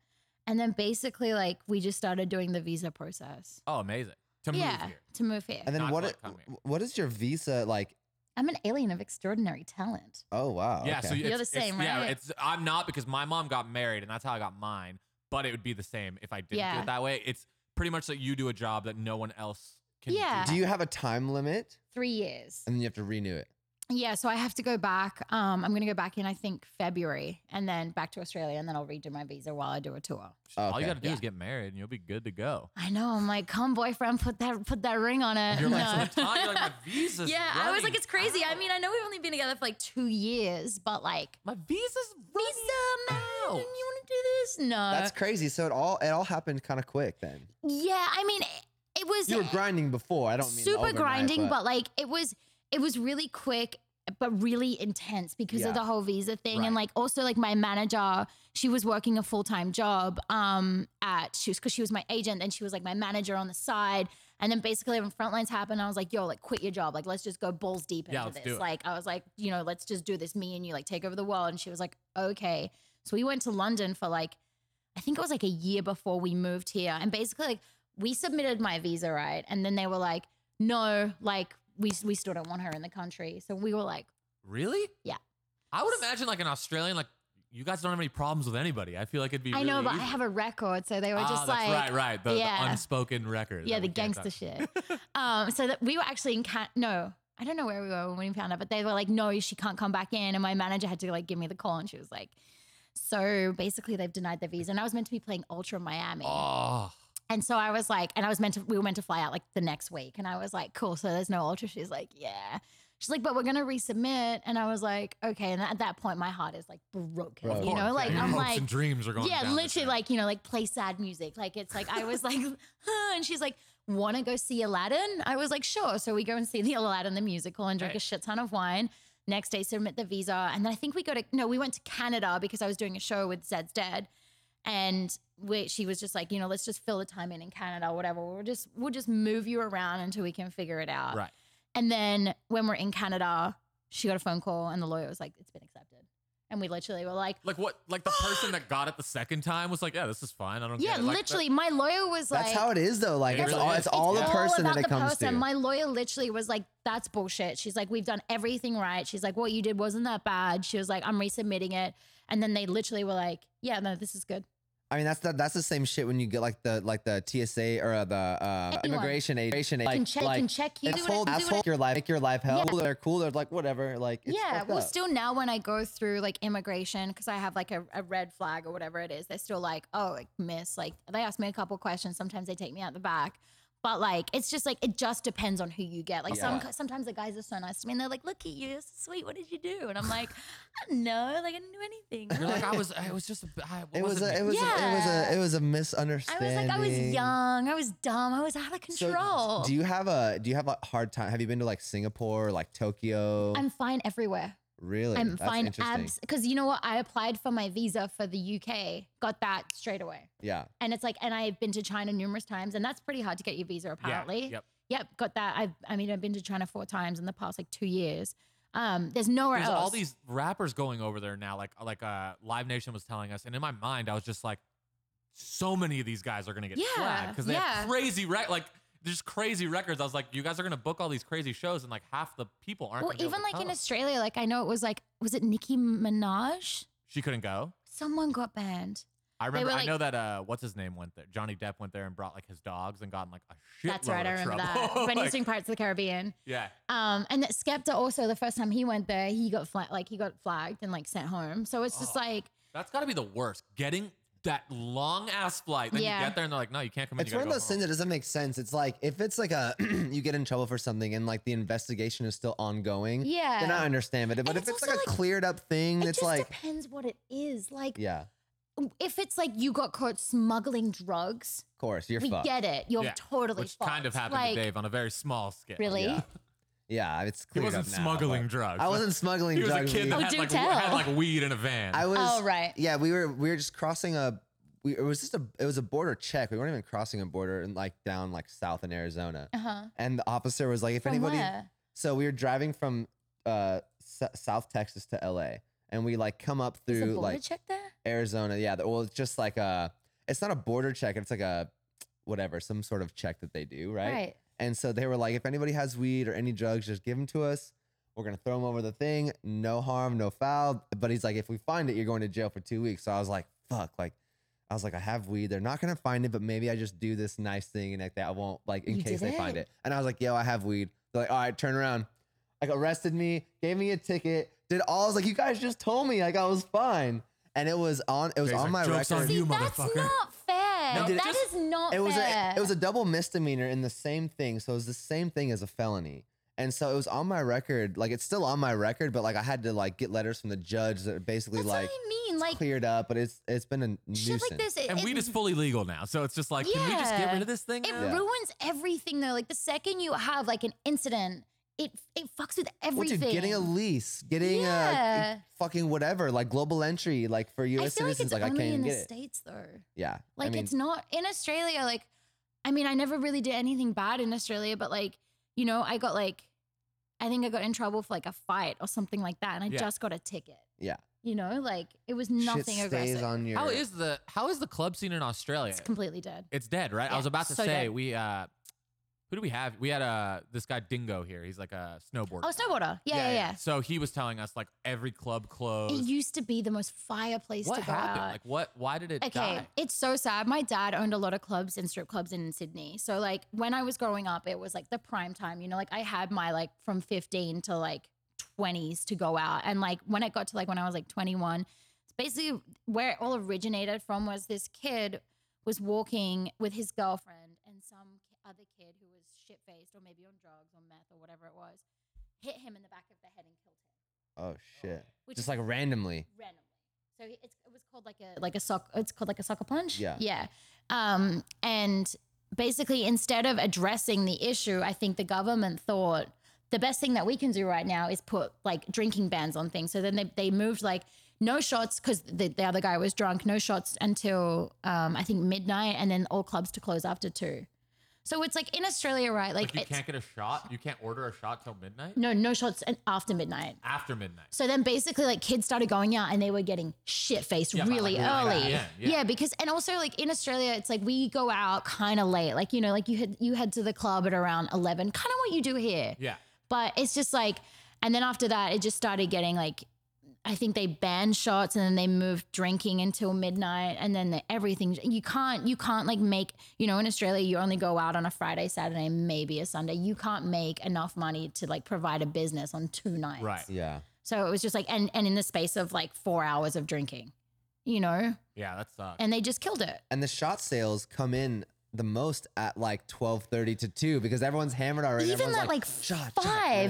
Speaker 4: And then basically, like we just started doing the visa process.
Speaker 2: oh, amazing. To
Speaker 4: yeah,
Speaker 2: move here.
Speaker 4: to move here.
Speaker 3: And then
Speaker 2: Not
Speaker 3: what?
Speaker 2: quite coming.
Speaker 3: i- What is your visa like?
Speaker 4: I'm an alien of extraordinary talent.
Speaker 3: Oh wow.
Speaker 2: Yeah,
Speaker 3: okay.
Speaker 2: so
Speaker 4: You're
Speaker 2: it's-
Speaker 4: the
Speaker 2: it's-
Speaker 4: same,
Speaker 2: Yeah,
Speaker 4: right?
Speaker 2: it's I'm not because my mom got married and that's how I got mine. But it would be the same if I didn't do
Speaker 4: Yeah.
Speaker 2: it that way. It's pretty much that you do a job that no one else can
Speaker 4: Yeah.
Speaker 2: do.
Speaker 3: do you have a time limit,
Speaker 4: Three years.
Speaker 3: and then you have to renew it?
Speaker 4: Yeah, so I have to go back. Um, I'm gonna go back in I think February, and then back to Australia, and then I'll redo my visa while I do a tour.
Speaker 2: All you
Speaker 3: Okay.
Speaker 2: gotta do is
Speaker 4: Yeah.
Speaker 2: get married and you'll be good to go.
Speaker 4: I know. I'm like, come boyfriend, put that put that ring on it.
Speaker 2: You're like,
Speaker 4: No.
Speaker 2: so the time, you're like, my visa's
Speaker 4: yeah, I was
Speaker 2: running
Speaker 4: like, it's crazy. I
Speaker 2: out.
Speaker 4: mean, I know we've only been together for like two years, but like,
Speaker 2: my visa's running
Speaker 4: visa man,
Speaker 2: out.
Speaker 4: and you want to do this? No.
Speaker 3: That's crazy. So it all it all happened kind of quick then.
Speaker 4: yeah, I mean, it, it was
Speaker 3: You were grinding before. I don't mean
Speaker 4: super
Speaker 3: overnight,
Speaker 4: grinding, but, like, it was it was really quick, but really intense because
Speaker 3: Yeah.
Speaker 4: of the whole visa thing,
Speaker 2: Right.
Speaker 4: and like also like my manager, she was working a full time job um at she was because she was my agent, and she was like my manager on the side. And then basically when frontlines happened, I was like, yo, like quit your job. Like, let's just go balls deep into
Speaker 2: Yeah, let's
Speaker 4: this.
Speaker 2: do it.
Speaker 4: Like, I was like, you know, let's just do this, me and you, like take over the world. And she was like, okay. So we went to London for like, I think it was like a year before we moved here. And basically, like, we submitted my visa, right? And then they were like, no, like, we, we still don't want her in the country. So we were like,
Speaker 2: Really?
Speaker 4: Yeah.
Speaker 2: I would imagine like an Australian, like you guys don't have any problems with anybody. I feel like it'd be.
Speaker 4: I know,
Speaker 2: really
Speaker 4: but I
Speaker 2: easy.
Speaker 4: have a record. So they were
Speaker 2: Ah,
Speaker 4: just
Speaker 2: that's
Speaker 4: like,
Speaker 2: right, right. The, the
Speaker 4: yeah.
Speaker 2: unspoken record.
Speaker 4: Yeah,
Speaker 2: that
Speaker 4: the
Speaker 2: we can't
Speaker 4: gangster
Speaker 2: touch.
Speaker 4: shit. um, so that we were actually in Can no, I don't know where we were when we found out, but they were like, no, she can't come back in. And my manager had to like give me the call, and she was like, so basically they've denied their visa, and I was meant to be playing Ultra Miami.
Speaker 2: Oh,
Speaker 4: And so I was like, and I was meant to, we were meant to fly out like the next week. And I was like, cool. So there's no ultra. She's like, yeah. She's like, but we're going to resubmit. And I was like, okay. And at that point, my heart is like broken.
Speaker 3: Bro. Of
Speaker 4: You know, like,
Speaker 2: Your
Speaker 4: I'm
Speaker 2: hopes
Speaker 4: like,
Speaker 2: and dreams are going.
Speaker 4: yeah,
Speaker 2: down the
Speaker 4: literally,
Speaker 2: drain.
Speaker 4: like you know, like play sad music. Like it's like I was like, huh, and she's like, "Want to go see Aladdin?" I was like, "Sure." So we go and see the Aladdin the musical and drink
Speaker 2: Hey.
Speaker 4: a shit ton of wine. Next day, submit the visa, and then I think we go to no, we went to Canada because I was doing a show with Zed's dad, and we, she was just like, you know, let's just fill the time in in Canada, whatever. We'll just we'll just move you around until we can figure it out.
Speaker 2: Right.
Speaker 4: And then when we're in Canada, she got a phone call, and the lawyer was like, "It's been accepted," and we literally were like.
Speaker 2: Like what? Like the person that got it the second time was like, yeah, this is fine. I don't.
Speaker 4: Yeah,
Speaker 2: get it. Like, that-
Speaker 4: literally, my lawyer was
Speaker 3: That's
Speaker 4: like,
Speaker 3: how it is though. Like
Speaker 2: It
Speaker 3: it's
Speaker 2: really
Speaker 3: all
Speaker 2: is.
Speaker 3: it's all the
Speaker 2: It's
Speaker 3: person
Speaker 4: about
Speaker 3: that it
Speaker 4: the
Speaker 3: comes
Speaker 4: person.
Speaker 3: to.
Speaker 4: My lawyer literally was like, "That's bullshit." She's like, "We've done everything right." She's like, "What you did wasn't that bad." She was like, "I'm resubmitting it," and then they literally were like, "Yeah, no, this is good."
Speaker 3: I mean, that's the that's the same shit when you get like the like the TSA or uh, the uh,
Speaker 4: Anyone.
Speaker 3: immigration agent. immigration
Speaker 4: Can
Speaker 3: agent,
Speaker 4: check,
Speaker 3: like,
Speaker 4: can check you. Do what
Speaker 3: asshole,
Speaker 4: it, do what
Speaker 3: asshole,
Speaker 4: it-
Speaker 3: your life, make your life hell.
Speaker 4: Yeah.
Speaker 3: They're cool. They're like whatever. Like it's
Speaker 4: yeah.
Speaker 3: fucked
Speaker 4: Well,
Speaker 3: up.
Speaker 4: still now when I go through like immigration, because I have like a, a red flag or whatever it is, they're still like, "Oh, like miss." Like they ask me a couple questions. Sometimes they take me out the back. But like it's just like it just depends on who you get. Like
Speaker 3: Yeah.
Speaker 4: some sometimes the guys are so nice to me and they're like, "Look at you, this is sweet. What did you do?" And I'm like, "I don't know. Like I didn't do anything."
Speaker 2: You're like I was. I was just. A, I, what
Speaker 3: it was
Speaker 2: it,
Speaker 3: a, it
Speaker 2: man?
Speaker 3: was a, it was
Speaker 4: Yeah.
Speaker 3: a it was a
Speaker 4: I
Speaker 3: misunderstanding.
Speaker 4: was like, I was young. I was dumb. I was out of
Speaker 3: So,
Speaker 4: control.
Speaker 3: do you have a do you have a hard time? Have you been to like Singapore, or, like Tokyo?
Speaker 4: I'm fine everywhere.
Speaker 3: really,
Speaker 4: I'm
Speaker 3: That's
Speaker 4: fine
Speaker 3: interesting.
Speaker 4: abs because you know what? I applied for my visa for the UK, got that straight away.
Speaker 3: Yeah,
Speaker 4: And it's like, and I've been to China numerous times, and that's pretty hard to get your visa apparently.
Speaker 2: Yeah. Yep.
Speaker 4: Yep, got that. I've, I mean, I've been to China four times in the past like two years. Um, there's nowhere
Speaker 2: There's
Speaker 4: else.
Speaker 2: all these rappers going over there now. Like like uh, Live Nation was telling us, and in my mind, I was just like, so many of these guys are gonna get
Speaker 4: Yeah,
Speaker 2: flagged because they
Speaker 4: yeah.
Speaker 2: have crazy rec- like there's crazy records. I was like, you guys are gonna book all these crazy shows, and like half the people aren't.
Speaker 4: Well,
Speaker 2: gonna be able
Speaker 4: even
Speaker 2: to
Speaker 4: like in
Speaker 2: come.
Speaker 4: Australia, like I know it was like, was it Nicki Minaj?
Speaker 2: she couldn't go.
Speaker 4: Someone got banned.
Speaker 2: I remember.
Speaker 4: were
Speaker 2: I
Speaker 4: like-
Speaker 2: know that uh, what's his name went there. Johnny Depp went there and brought like his dogs and got in like a shit.
Speaker 4: That's right. I remember that.
Speaker 2: trouble.
Speaker 4: When he's
Speaker 2: Like,
Speaker 4: doing Pirates of the Caribbean.
Speaker 2: yeah.
Speaker 4: Um, and that Skepta also the first time he went there, he got fla- like he got flagged and like sent home. So it's just
Speaker 2: Oh.
Speaker 4: like
Speaker 2: That's got to be the worst. Getting that long ass flight, then
Speaker 4: Yeah.
Speaker 2: you get there and they're like, "No, you can't come in."
Speaker 3: it's
Speaker 2: you
Speaker 3: one
Speaker 2: gotta go
Speaker 3: of those
Speaker 2: home."
Speaker 3: things that doesn't make sense. It's like if it's like a you get in trouble for something and like the investigation is still ongoing.
Speaker 4: yeah.
Speaker 3: Then I understand it, Mm, but
Speaker 4: And
Speaker 3: if
Speaker 4: it's
Speaker 3: it's
Speaker 4: also,
Speaker 3: like a
Speaker 4: like,
Speaker 3: cleared up thing,
Speaker 4: it
Speaker 3: that's
Speaker 4: just
Speaker 3: like
Speaker 4: depends what it is. Like
Speaker 3: yeah, of
Speaker 4: if it's like you got caught smuggling drugs,
Speaker 3: course you're
Speaker 4: we
Speaker 3: fucked.
Speaker 4: get it. You're
Speaker 2: Yeah,
Speaker 4: totally
Speaker 2: which kind of
Speaker 4: fucked.
Speaker 2: happened
Speaker 4: like,
Speaker 2: to Dave on a very small scale.
Speaker 4: Really?
Speaker 3: Yeah. Yeah, it's
Speaker 2: He
Speaker 3: cleared
Speaker 2: wasn't
Speaker 3: up now,
Speaker 2: smuggling
Speaker 3: but-
Speaker 2: drugs.
Speaker 3: I wasn't smuggling
Speaker 2: He was
Speaker 3: drugs.
Speaker 2: a kid
Speaker 3: we-
Speaker 2: that
Speaker 4: Oh,
Speaker 2: had,
Speaker 4: do
Speaker 2: like,
Speaker 4: tell.
Speaker 2: had like weed in a van.
Speaker 3: I was. e-
Speaker 4: Oh, right.
Speaker 3: Yeah, we were we were just crossing a. We, it was just a. It was a border check. We weren't even crossing a border and like down like south in Arizona.
Speaker 4: Uh-huh.
Speaker 3: And the officer was like, if
Speaker 4: From
Speaker 3: anybody.
Speaker 4: where?
Speaker 3: So we were driving from uh S- South Texas to L.A. and we like come up
Speaker 4: Is a
Speaker 3: through
Speaker 4: border
Speaker 3: like
Speaker 4: check there?
Speaker 3: Arizona. Yeah, the, well, it's just like a. It's not a border check. It's like a whatever, some sort of check that they do, right? And so they were like, if anybody has weed or any drugs, just give them to us. We're gonna throw them over the thing. No harm, no foul. But he's like, if we find it, you're going to jail for two weeks. So I was like, fuck. Like, I was like, I have weed. They're not gonna find it, but maybe I just do this nice thing and like that. I won't like in
Speaker 4: You
Speaker 3: case
Speaker 4: did
Speaker 3: they find
Speaker 4: it.
Speaker 3: it. And I was like, yo, I have weed. They're like, all right, turn around. Like arrested me, gave me a ticket, did all. I was like, you guys just told me like I was fine, and it was on. It was
Speaker 2: Jay's
Speaker 3: on
Speaker 2: like,
Speaker 3: my
Speaker 2: "Joke's on
Speaker 3: record.
Speaker 4: See,
Speaker 2: you,
Speaker 4: that's
Speaker 2: motherfucker.
Speaker 4: not fair.
Speaker 3: No,
Speaker 4: That
Speaker 3: did
Speaker 4: is
Speaker 3: it just-
Speaker 4: not
Speaker 3: It was
Speaker 4: fair.
Speaker 3: a it was a double misdemeanor in the same thing, so it was the same thing as a felony. And so it was on my record, like it's still on my record, but like I had to like get letters from the judge that are basically
Speaker 4: That's
Speaker 3: like
Speaker 4: what I mean. Like
Speaker 3: cleared up, but it's it's been a
Speaker 4: shit
Speaker 3: nuisance.
Speaker 4: like this. It,
Speaker 2: and
Speaker 4: it
Speaker 2: weed is fully legal now, so it's just like, can we just get
Speaker 4: Yeah.
Speaker 2: rid of this thing?
Speaker 4: It
Speaker 2: now?
Speaker 3: Yeah.
Speaker 4: ruins everything though. Like the second you have like an incident, it it fucks with
Speaker 3: Well,
Speaker 4: everything.
Speaker 3: dude, getting a lease, getting
Speaker 4: Yeah.
Speaker 3: a fucking whatever, like global entry, like for
Speaker 4: I
Speaker 3: U.S.
Speaker 4: feel like
Speaker 3: citizens,
Speaker 4: it's
Speaker 3: like, I
Speaker 4: only
Speaker 3: can't
Speaker 4: in
Speaker 3: even
Speaker 4: the
Speaker 3: get it.
Speaker 4: states though.
Speaker 3: Yeah,
Speaker 4: Like
Speaker 3: I mean,
Speaker 4: it's not in Australia. Like, I mean, I never really did anything bad in Australia, but like you know, I got like, I think I got in trouble for like a fight or something like that, and I
Speaker 2: Yeah.
Speaker 4: just got a ticket.
Speaker 3: Yeah.
Speaker 4: You know, like it was
Speaker 3: shit
Speaker 4: nothing
Speaker 3: stays
Speaker 4: aggressive.
Speaker 3: on your.
Speaker 2: How Oh, is the how is the club scene in Australia?
Speaker 4: it's completely dead.
Speaker 2: It's dead, right? I
Speaker 4: Yeah,
Speaker 2: was about to
Speaker 4: so
Speaker 2: say
Speaker 4: dead.
Speaker 2: we uh who do we have? We had uh this guy Dingo here. He's like a snowboarder.
Speaker 4: Oh, snowboarder. Yeah, yeah, yeah.
Speaker 2: So he was telling us like every club
Speaker 4: It
Speaker 2: closed.
Speaker 4: used to be the most fireplace
Speaker 2: What
Speaker 4: to go
Speaker 2: happened?
Speaker 4: out.
Speaker 2: Like what why did it
Speaker 4: Okay,
Speaker 2: die?
Speaker 4: it's so sad. My dad owned a lot of clubs and strip clubs in Sydney. So like when I was growing up, it was like the prime time. You know, like I had my like from 15 to like 20s to go out, and like when it got to like when I was like 21, it's basically where it all originated from was this kid was walking with his girlfriend and some ki- other kid who was shit faced or maybe on drugs or meth or whatever it was hit him in the back of the head and killed him.
Speaker 3: Oh shit.
Speaker 4: Which
Speaker 3: Just
Speaker 4: is
Speaker 3: like randomly.
Speaker 4: randomly. So he- it's, it was called like a like a sock. It's called like a soccer punch.
Speaker 3: Yeah.
Speaker 4: Yeah. Um, and basically, instead of addressing the issue, I think the government thought the best thing that we can do right now is put like drinking bans on things. So then they they moved like no shots because the, the other guy was drunk. No shots until um, I think midnight, and then all clubs to close after two. So it's like in Australia, right?
Speaker 2: Like,
Speaker 4: Like,
Speaker 2: you
Speaker 4: it's,
Speaker 2: can't get a shot. You can't order a shot till midnight.
Speaker 4: no no shots and- after midnight.
Speaker 2: After midnight.
Speaker 4: So then basically like kids started going out and they were getting shit faced
Speaker 2: Yeah, by, like,
Speaker 4: really
Speaker 2: nine
Speaker 4: early.
Speaker 2: PM, yeah.
Speaker 4: yeah. because and also like in Australia, it's like we go out kind of late. Like, you know, like you head you head to the club at around eleven, kind of what you do here.
Speaker 2: Yeah.
Speaker 4: But it's just like and then after that it just started getting like I think they banned shots and then they moved drinking until midnight and then the, everything you can't you can't like make you know in Australia you only go out on a Friday Saturday maybe a Sunday you can't make enough money to like provide a business on two nights
Speaker 2: Right.
Speaker 3: Yeah.
Speaker 4: so it was just like, and and in the space of like four hours of drinking, you know,
Speaker 2: Yeah, that sucks.
Speaker 4: and they just killed it.
Speaker 3: And the shot sales come in the most at like 12:30 to 2 because everyone's hammered already.
Speaker 4: Even
Speaker 3: Everyone's
Speaker 4: that like,
Speaker 3: shot, shot,
Speaker 4: five,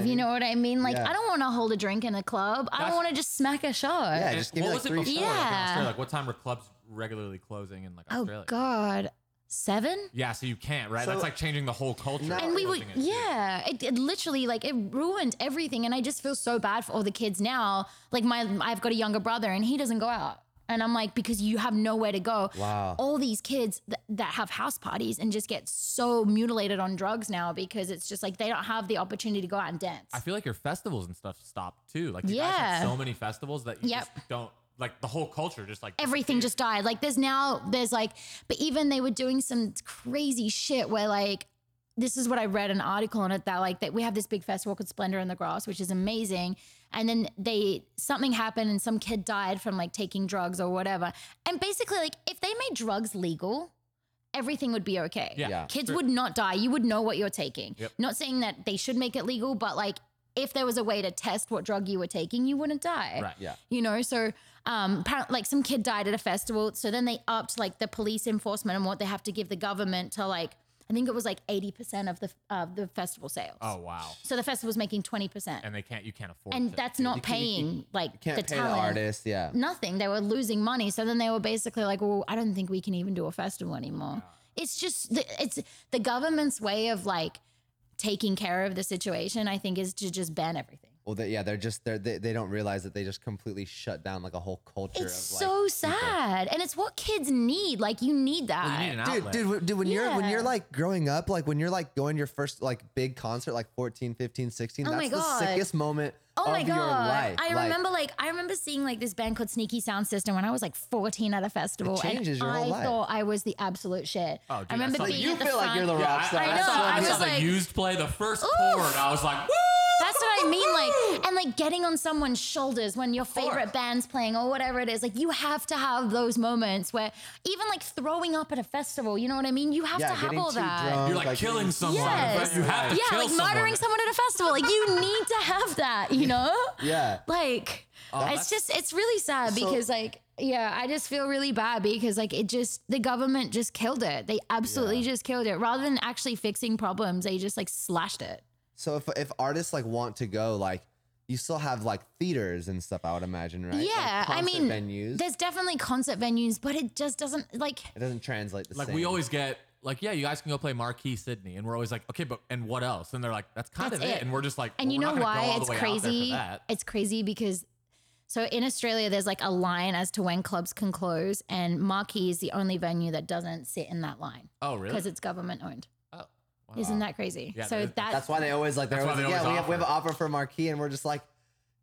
Speaker 3: right?
Speaker 4: you know what I mean? Like
Speaker 3: Yeah.
Speaker 4: I don't want to hold a drink in a club. I
Speaker 2: That's-
Speaker 4: don't want to just smack a shot.
Speaker 3: Yeah,
Speaker 2: And
Speaker 3: just give me
Speaker 2: what
Speaker 3: like
Speaker 2: was it
Speaker 3: three
Speaker 2: before?
Speaker 3: shots.
Speaker 2: like, in
Speaker 4: Yeah.
Speaker 2: Australia? Like, what time were clubs regularly closing in like
Speaker 4: oh
Speaker 2: Australia?
Speaker 4: God, seven.
Speaker 2: Yeah, so you can't, right?
Speaker 3: So-
Speaker 2: That's like changing the whole culture.
Speaker 3: No.
Speaker 2: of
Speaker 4: And we would,
Speaker 2: closing at two.
Speaker 4: yeah, it, it literally like it ruined everything. And I just feel so bad for all the kids now. Like my, I've got a younger brother and he doesn't go out. And I'm like, because you Oh, have nowhere to go.
Speaker 3: Wow.
Speaker 4: all these kids th- that have house parties and just get so mutilated on drugs now because it's just like they don't have the opportunity to go out and dance.
Speaker 2: I feel like your festivals and stuff stopped too. Like, you guys
Speaker 4: Yeah.
Speaker 2: had so many festivals that you
Speaker 4: Yep.
Speaker 2: just don't, like, the whole culture just like.
Speaker 4: Everything just
Speaker 2: disappeared.
Speaker 4: died. Like there's now there's like, but even they were doing some crazy shit where like this is what I read an article on it that like that we have this big festival called Splendor in the Grass, which is amazing. And then they something happened and some kid died from like taking drugs or whatever. And basically like if they made drugs legal, everything would be okay.
Speaker 2: Yeah.
Speaker 3: Yeah.
Speaker 4: Kids would not die. You would know what you're taking.
Speaker 2: Yep.
Speaker 4: Not saying that they should make it legal, but like if there was a way to test what drug you were taking, you wouldn't die.
Speaker 2: Right.
Speaker 3: Yeah.
Speaker 4: You know, so um, apparent- like some kid died at a festival. So then they upped like the police enforcement and what they have to give the government to like, I think it was like 80% of the, of the festival sales.
Speaker 2: Oh, wow.
Speaker 4: So the festival's making 20%. And,
Speaker 2: And they can't, you can't afford to-
Speaker 4: that's not paying like
Speaker 3: Can't
Speaker 4: the
Speaker 3: pay
Speaker 4: talent
Speaker 3: the artist, yeah.
Speaker 4: nothing. They were losing money. So then they were basically like, well, I don't think we can even do a festival anymore. It's just, the, it's the government's way of like taking care of the situation, I think, is to just ban everything.
Speaker 3: Well, they, yeah, they're just they're, they they don't realize that they just completely shut down like a whole culture.
Speaker 4: it's
Speaker 3: of, like,
Speaker 4: so sad. And it's what kids need. Like, you need that.
Speaker 2: Well, you need an
Speaker 3: dude
Speaker 2: outlet.
Speaker 3: dude when- dude when you're when you're
Speaker 4: Yeah.
Speaker 3: like growing up like when you're like going your first like big concert like 14 15 16
Speaker 4: Oh
Speaker 3: that's
Speaker 4: my
Speaker 3: the
Speaker 4: God.
Speaker 3: sickest moment
Speaker 4: Oh
Speaker 3: of
Speaker 4: my
Speaker 3: your
Speaker 4: god!
Speaker 3: life
Speaker 4: I
Speaker 3: Like,
Speaker 4: remember, like, I remember seeing like this band called Sneaky Sound System when I was like 14 at a festival,
Speaker 3: changes
Speaker 4: and
Speaker 3: your
Speaker 4: I
Speaker 3: whole life.
Speaker 4: thought I was the absolute shit.
Speaker 2: Oh, dude,
Speaker 4: I remember
Speaker 2: I saw-
Speaker 4: being
Speaker 3: you
Speaker 4: at the
Speaker 3: feel
Speaker 4: front.
Speaker 3: like you're the
Speaker 2: Yeah,
Speaker 3: rock star
Speaker 4: I
Speaker 2: I,
Speaker 4: know,
Speaker 2: saw,
Speaker 4: I was
Speaker 2: saw
Speaker 4: like-
Speaker 2: the used play the first chord. I was like, woo!
Speaker 4: That's what I mean, like, and like getting on someone's shoulders when your favorite band's playing or whatever it is. Like, you have to have those moments where even like throwing up at a festival, you know what I mean? You have
Speaker 3: yeah
Speaker 4: to have
Speaker 3: getting
Speaker 4: all
Speaker 3: too
Speaker 4: that.
Speaker 3: drunk,
Speaker 2: You're like, killing someone.
Speaker 4: Yes.
Speaker 2: but You have to
Speaker 4: Yeah,
Speaker 2: kill
Speaker 4: like
Speaker 2: someone.
Speaker 4: murdering someone at a festival. Like, you need to have that, you know?
Speaker 3: yeah
Speaker 4: Like, it's just, it's really sad
Speaker 3: Oh, So-
Speaker 4: because, like, yeah, I just feel really bad because, like, it just, the government just killed it. They absolutely just killed it. Rather than actually fixing problems, they just like slashed it.
Speaker 3: so if if artists like want to go like you still have like theaters and stuff i would imagine right Like,
Speaker 4: Yeah, I
Speaker 3: concert
Speaker 4: mean,
Speaker 3: venues
Speaker 4: There's definitely concert venues, but it just doesn't like.
Speaker 3: it doesn't translate the
Speaker 2: Like
Speaker 3: same
Speaker 2: we always get like, yeah, you guys can go play Marquee Sydney, and we're always like, okay, but and what else? And they're like, that's kind
Speaker 4: That's
Speaker 2: of it.
Speaker 4: it.
Speaker 2: and we're just like,
Speaker 4: And
Speaker 2: well,
Speaker 4: you
Speaker 2: we're
Speaker 4: know
Speaker 2: not gonna go
Speaker 4: why
Speaker 2: all the
Speaker 4: it's
Speaker 2: way out there for
Speaker 4: crazy?
Speaker 2: that.
Speaker 4: It's crazy because so in Australia, there's like a line as to when clubs can close, and Marquee is the only venue that doesn't sit in that line
Speaker 2: Oh really?
Speaker 4: because it's government owned.
Speaker 2: oh, wow.
Speaker 4: Isn't that crazy?
Speaker 2: Yeah,
Speaker 4: so
Speaker 2: that-
Speaker 4: that,
Speaker 3: that's why they always like they're
Speaker 2: That's why
Speaker 3: always,
Speaker 2: they
Speaker 3: like, yeah
Speaker 2: always
Speaker 3: we have, we have an
Speaker 2: offer.
Speaker 3: offer for marquee and we're just like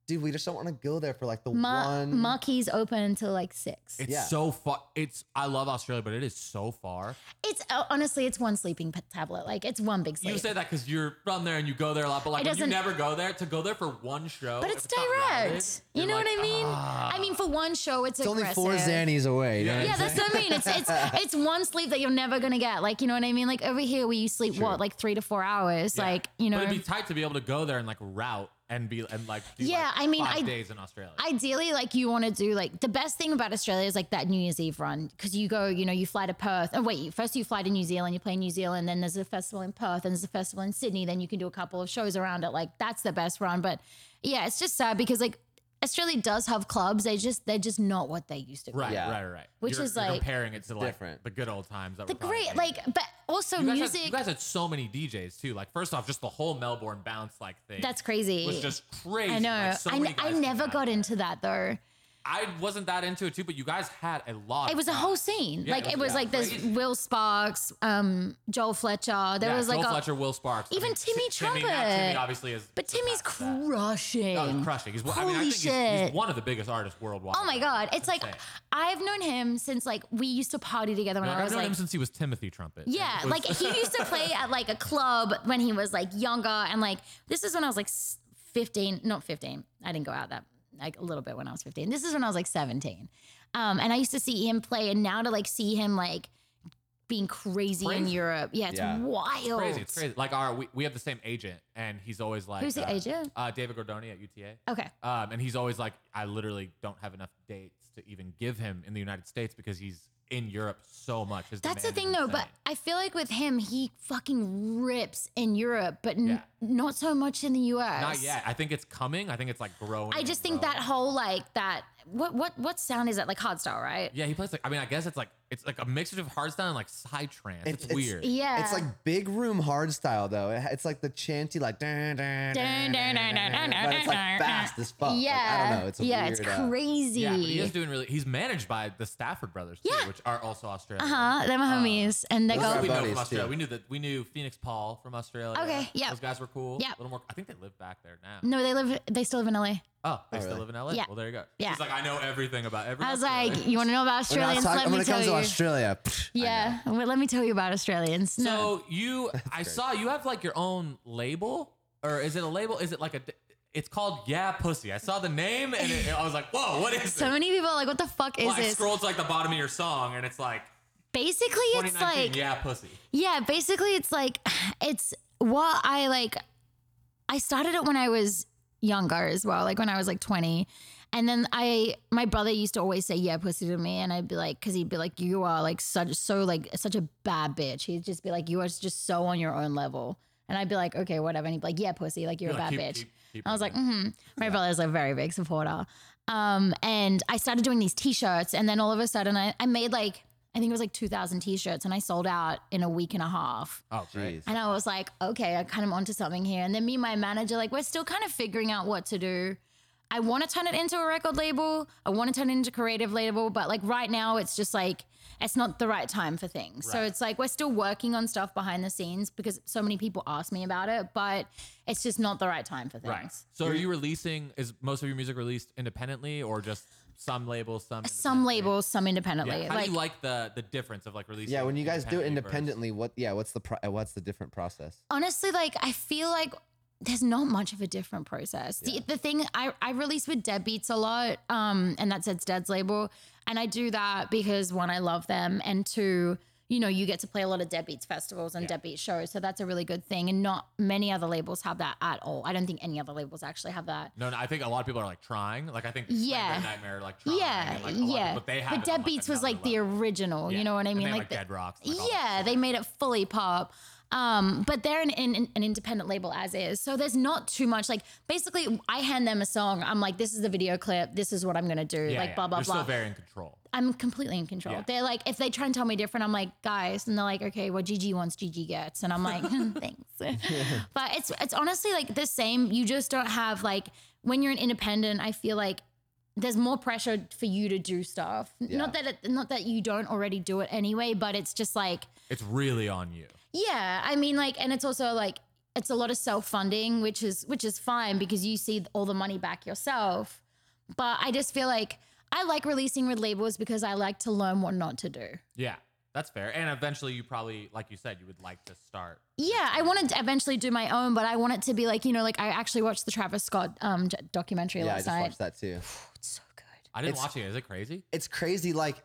Speaker 3: dude we just don't want to go there for like the
Speaker 4: Ma-
Speaker 3: one
Speaker 4: Marquee's open until like six.
Speaker 2: It's
Speaker 3: Yeah.
Speaker 2: so far. It's I love Australia, but it is so far.
Speaker 4: It's uh, honestly, it's one sleeping p- tablet. Like it's one big sleep.
Speaker 2: You say that because you're from there and you go there a lot, but like
Speaker 4: It
Speaker 2: when you
Speaker 4: doesn't-
Speaker 2: never go there to go there for one show.
Speaker 4: but
Speaker 2: if
Speaker 4: it's
Speaker 2: not relevant,
Speaker 4: direct.
Speaker 2: you're
Speaker 4: You know
Speaker 2: like, "Oh, "Ah."
Speaker 4: what I mean? I mean, for one show, it's
Speaker 3: it's only four
Speaker 4: aggressive.
Speaker 3: zannies away you know what
Speaker 4: Yeah,
Speaker 3: I'm
Speaker 4: that's what I mean. It's it's it's one sleep that you're never gonna get. Like you know what I mean. Like over here, where you sleep what like three to four hours. Like you know.
Speaker 2: But it'd be tight to be able to go there and like route and be and like do
Speaker 4: Yeah,
Speaker 2: like
Speaker 4: I mean,
Speaker 2: five
Speaker 4: I-
Speaker 2: days in Australia.
Speaker 4: Ideally, like you want to do like the best thing about Australia is like that New Year's Eve run because you go, you know, you fly to Perth. Oh wait, you- first you fly to New Zealand, you play in New Zealand, then there's a festival in Perth, and there's a festival in Sydney. Then you can do a couple of shows around it. Like that's the best run. But yeah, it's just sad because like Australia does have clubs. They just they're just not what they used to. be.
Speaker 2: right,
Speaker 3: Yeah.
Speaker 2: right, right.
Speaker 4: Which
Speaker 2: You're-
Speaker 4: is,
Speaker 2: you're
Speaker 4: like,
Speaker 2: comparing it to like
Speaker 3: different.
Speaker 2: the good old times. That
Speaker 4: The
Speaker 2: were probably
Speaker 4: great
Speaker 2: made.
Speaker 4: like, but also
Speaker 2: You guys, had, you
Speaker 4: music.
Speaker 2: guys had so many DJs too. Like first off, just the whole Melbourne bounce like thing.
Speaker 4: that's crazy.
Speaker 2: was just crazy.
Speaker 4: I know.
Speaker 2: Like, so
Speaker 4: I,
Speaker 2: many
Speaker 4: n- I
Speaker 2: guys
Speaker 4: never
Speaker 2: came out.
Speaker 4: got into that though.
Speaker 2: I wasn't that into it too, but you guys had a lot.
Speaker 4: It
Speaker 2: of
Speaker 4: was a
Speaker 2: fun.
Speaker 4: whole scene.
Speaker 2: Yeah,
Speaker 4: like
Speaker 2: it
Speaker 4: it
Speaker 2: was-
Speaker 4: was
Speaker 2: yeah,
Speaker 4: like there's
Speaker 2: crazy.
Speaker 4: Will Sparks, um, Joel Fletcher. There
Speaker 2: yeah,
Speaker 4: was like
Speaker 2: Joel
Speaker 4: a
Speaker 2: Fletcher, Will Sparks, I
Speaker 4: even
Speaker 2: mean,
Speaker 4: Timmy
Speaker 2: Ti- Timmy, now Timmy
Speaker 4: Trumpet.
Speaker 2: obviously is.
Speaker 4: But Timmy's
Speaker 2: surpassed that.
Speaker 4: crushing.
Speaker 2: Oh, he's crushing. He's, I mean, I
Speaker 4: Holy
Speaker 2: think he's, he's
Speaker 4: shit.
Speaker 2: one of the biggest artists worldwide.
Speaker 4: Oh my god! It's like
Speaker 2: insane.
Speaker 4: I've known him since like we used to party together when
Speaker 2: Like,
Speaker 4: I
Speaker 2: I've
Speaker 4: was
Speaker 2: known
Speaker 4: like.
Speaker 2: him since he was Timothy Trumpet.
Speaker 4: yeah,
Speaker 2: It was-
Speaker 4: like he used to play at like a club when he was like younger, and like this is when I was like s- fifteen, not fifteen. I didn't go out that like a little bit when I was fifteen. This is when I was like seventeen, um, and I used to see him play, and now to like see him like being crazy, in
Speaker 2: Crazy.
Speaker 4: Europe, yeah, it's
Speaker 3: Yeah.
Speaker 4: wild.
Speaker 2: crazy. It's crazy. Like our we, we have the same agent, and he's always like
Speaker 4: Who's the
Speaker 2: uh,
Speaker 4: agent?
Speaker 2: Uh, David Gordoni at UTA.
Speaker 4: Okay,
Speaker 2: Um, and he's always like, I literally don't have enough dates to even give him in the United States because he's in Europe so much. His
Speaker 4: That's the
Speaker 2: demand is
Speaker 4: thing, though. But
Speaker 2: insane.
Speaker 4: I feel like with him, he fucking rips in Europe, but n-
Speaker 2: Yeah.
Speaker 4: not so much in the US.
Speaker 2: not yet. I think it's coming. I think it's like growing.
Speaker 4: I
Speaker 2: and
Speaker 4: just think
Speaker 2: growing.
Speaker 4: that whole like that what what what sound is that like hardstyle, right?
Speaker 2: Yeah, he plays like. I mean, I guess it's like it's like a mixture of hardstyle and like psytrance. It's,
Speaker 3: It's- it's-
Speaker 2: weird.
Speaker 4: Yeah,
Speaker 3: It's like big room hard style though. It- It's like the chanty like dun, dun, dun, dun, dun, dun, dun, but it's like fast as fuck. Like,
Speaker 4: yeah,
Speaker 3: I don't know. It's a
Speaker 4: yeah,
Speaker 3: weird,
Speaker 4: it's
Speaker 3: uh,
Speaker 4: crazy.
Speaker 2: Yeah, but he is doing really. He's managed by the Stafford brothers, too, which are also Australian.
Speaker 4: uh huh. They're my homies, and they
Speaker 3: Those
Speaker 2: Those
Speaker 3: are
Speaker 4: go.
Speaker 2: we know
Speaker 3: buddies,
Speaker 2: from
Speaker 3: too.
Speaker 2: Australia. We knew that we knew Phoenix Paul from Australia.
Speaker 4: Okay, yeah.
Speaker 2: Those guys were cool.
Speaker 4: Yeah.
Speaker 2: A little more. I think they live back there now.
Speaker 4: No, they live. They still live in LA.
Speaker 2: Oh, they
Speaker 3: Oh,
Speaker 2: still
Speaker 3: really?
Speaker 2: live in LA.
Speaker 4: Yeah.
Speaker 2: Well, there you go.
Speaker 4: Yeah.
Speaker 2: He's like, I know everything about everything.
Speaker 4: I was like, you want to know about
Speaker 3: When, I
Speaker 4: Australians?
Speaker 3: talk-
Speaker 4: Let
Speaker 3: when
Speaker 4: me
Speaker 3: it comes
Speaker 4: tell
Speaker 3: to
Speaker 4: you.
Speaker 3: Australia, psh, I know.
Speaker 4: yeah, well, let me tell you about Australians. no,
Speaker 2: So you, I saw you have like your own label, or is it a label? Is it like a? d- It's called Yeah Pussy. I saw the name and it, I was like, whoa, what is
Speaker 4: so
Speaker 2: it?
Speaker 4: many people are like, what the fuck is
Speaker 2: Well, I
Speaker 4: this?
Speaker 2: scrolled to like the bottom of your song and it's like
Speaker 4: Basically, it's
Speaker 2: 2019
Speaker 4: like
Speaker 2: Yeah Pussy.
Speaker 4: Yeah, basically, it's like it's what I like. I started it when I was younger as well, like when I was like twenty, and then I my brother used to always say "yeah, pussy" to me, and I'd be like, because he'd be like, "You are like such so like such a bad bitch." He'd just be like, "You are just so on your own level," and I'd be like, "Okay, whatever," and he'd be like, "Yeah, pussy, like you're,
Speaker 2: You're
Speaker 4: a bad
Speaker 2: like, keep-
Speaker 4: bitch."
Speaker 2: keep- keep
Speaker 4: I was
Speaker 2: it.
Speaker 4: like, mm-hmm. my brother's a very big supporter. Um, and I started doing these t-shirts and then all of a sudden I, I made like, I think it was like 2000 t-shirts and I sold out in a week and a half.
Speaker 2: oh, great.
Speaker 3: Jeez.
Speaker 4: And I was like, okay, I kind of onto something here. And then me and my manager, like, we're still kind of figuring out what to do. I want to turn it into a record label. I want to turn it into a creative label, but like right now, it's just like it's not the right time for things. So
Speaker 2: Right.
Speaker 4: it's like we're still working on stuff behind the scenes because so many people ask me about it, but it's just not the right time for things.
Speaker 2: Right. So are you releasing? Is most of your music released independently, or just some labels, some
Speaker 4: Some
Speaker 2: independently?
Speaker 4: labels, some independently.
Speaker 2: Yeah. How
Speaker 4: like,
Speaker 2: do you like the the difference of like releasing?
Speaker 3: Yeah, when you guys do it
Speaker 2: versus-
Speaker 3: independently, what? Yeah, what's the pro- what's the different process?
Speaker 4: honestly, like I feel like there's not much of a different process. The, the thing I, I release with Dead Beats a lot, um, and that's Ed's Dad's label. And I do that because one, I love them, and two, you know, you get to play a lot of Dead Beats festivals and Dead Beats shows. So that's a really good thing. And not many other labels have that at all. I don't think any other labels actually have that.
Speaker 2: No, no, I think a lot of people are like trying. Like I think Slave
Speaker 4: Yeah.
Speaker 2: Red Nightmare like trying.
Speaker 4: yeah,
Speaker 2: and, Oh, like, a lot of-
Speaker 4: yeah.
Speaker 2: but they have.
Speaker 4: but
Speaker 2: it on,
Speaker 4: Dead Beats was
Speaker 2: another
Speaker 4: like the
Speaker 2: level.
Speaker 4: original. You
Speaker 2: Yeah.
Speaker 4: know what I
Speaker 2: And
Speaker 4: mean?
Speaker 2: they have,
Speaker 4: Like,
Speaker 2: like
Speaker 4: the-
Speaker 2: Dead Rocks. and, like, all that
Speaker 4: Yeah,
Speaker 2: stuff.
Speaker 4: they made it fully pop. Um, but they're an, an, an independent label as is. So there's not too much. Like, basically, I hand them a song. I'm like, this is the video clip. This is what I'm going to do.
Speaker 2: Yeah,
Speaker 4: like,
Speaker 2: yeah.
Speaker 4: blah, blah,
Speaker 2: You're
Speaker 4: blah.
Speaker 2: Still very in control.
Speaker 4: I'm completely in control.
Speaker 2: Yeah.
Speaker 4: They're like, if they try and tell me different, I'm like, guys. And they're like, okay, well, Gigi wants, Gigi gets. And I'm like, hmm, thanks. but it's, it's honestly like the same. You just don't have, like, when you're an independent, I feel like, there's more pressure for you to do stuff.
Speaker 3: Yeah.
Speaker 4: Not that it, not that you don't already do it anyway, but it's just like
Speaker 2: It's really on you.
Speaker 4: yeah, I mean, like, and it's also like it's a lot of self funding, which is which is fine because you see all the money back yourself. But I just feel like I like releasing with labels because I like to learn what not to do.
Speaker 2: Yeah, that's fair. And eventually, you probably, like you said, you would like to start.
Speaker 4: Yeah, I want to eventually do my own, but I want it to be like you know, like I actually watched the Travis Scott um j- documentary
Speaker 3: yeah, I
Speaker 4: last
Speaker 3: just
Speaker 4: night.
Speaker 3: watched that too.
Speaker 4: It's so good.
Speaker 2: I didn't
Speaker 3: It's-
Speaker 2: watch it. Is it crazy?
Speaker 3: It's crazy. Like,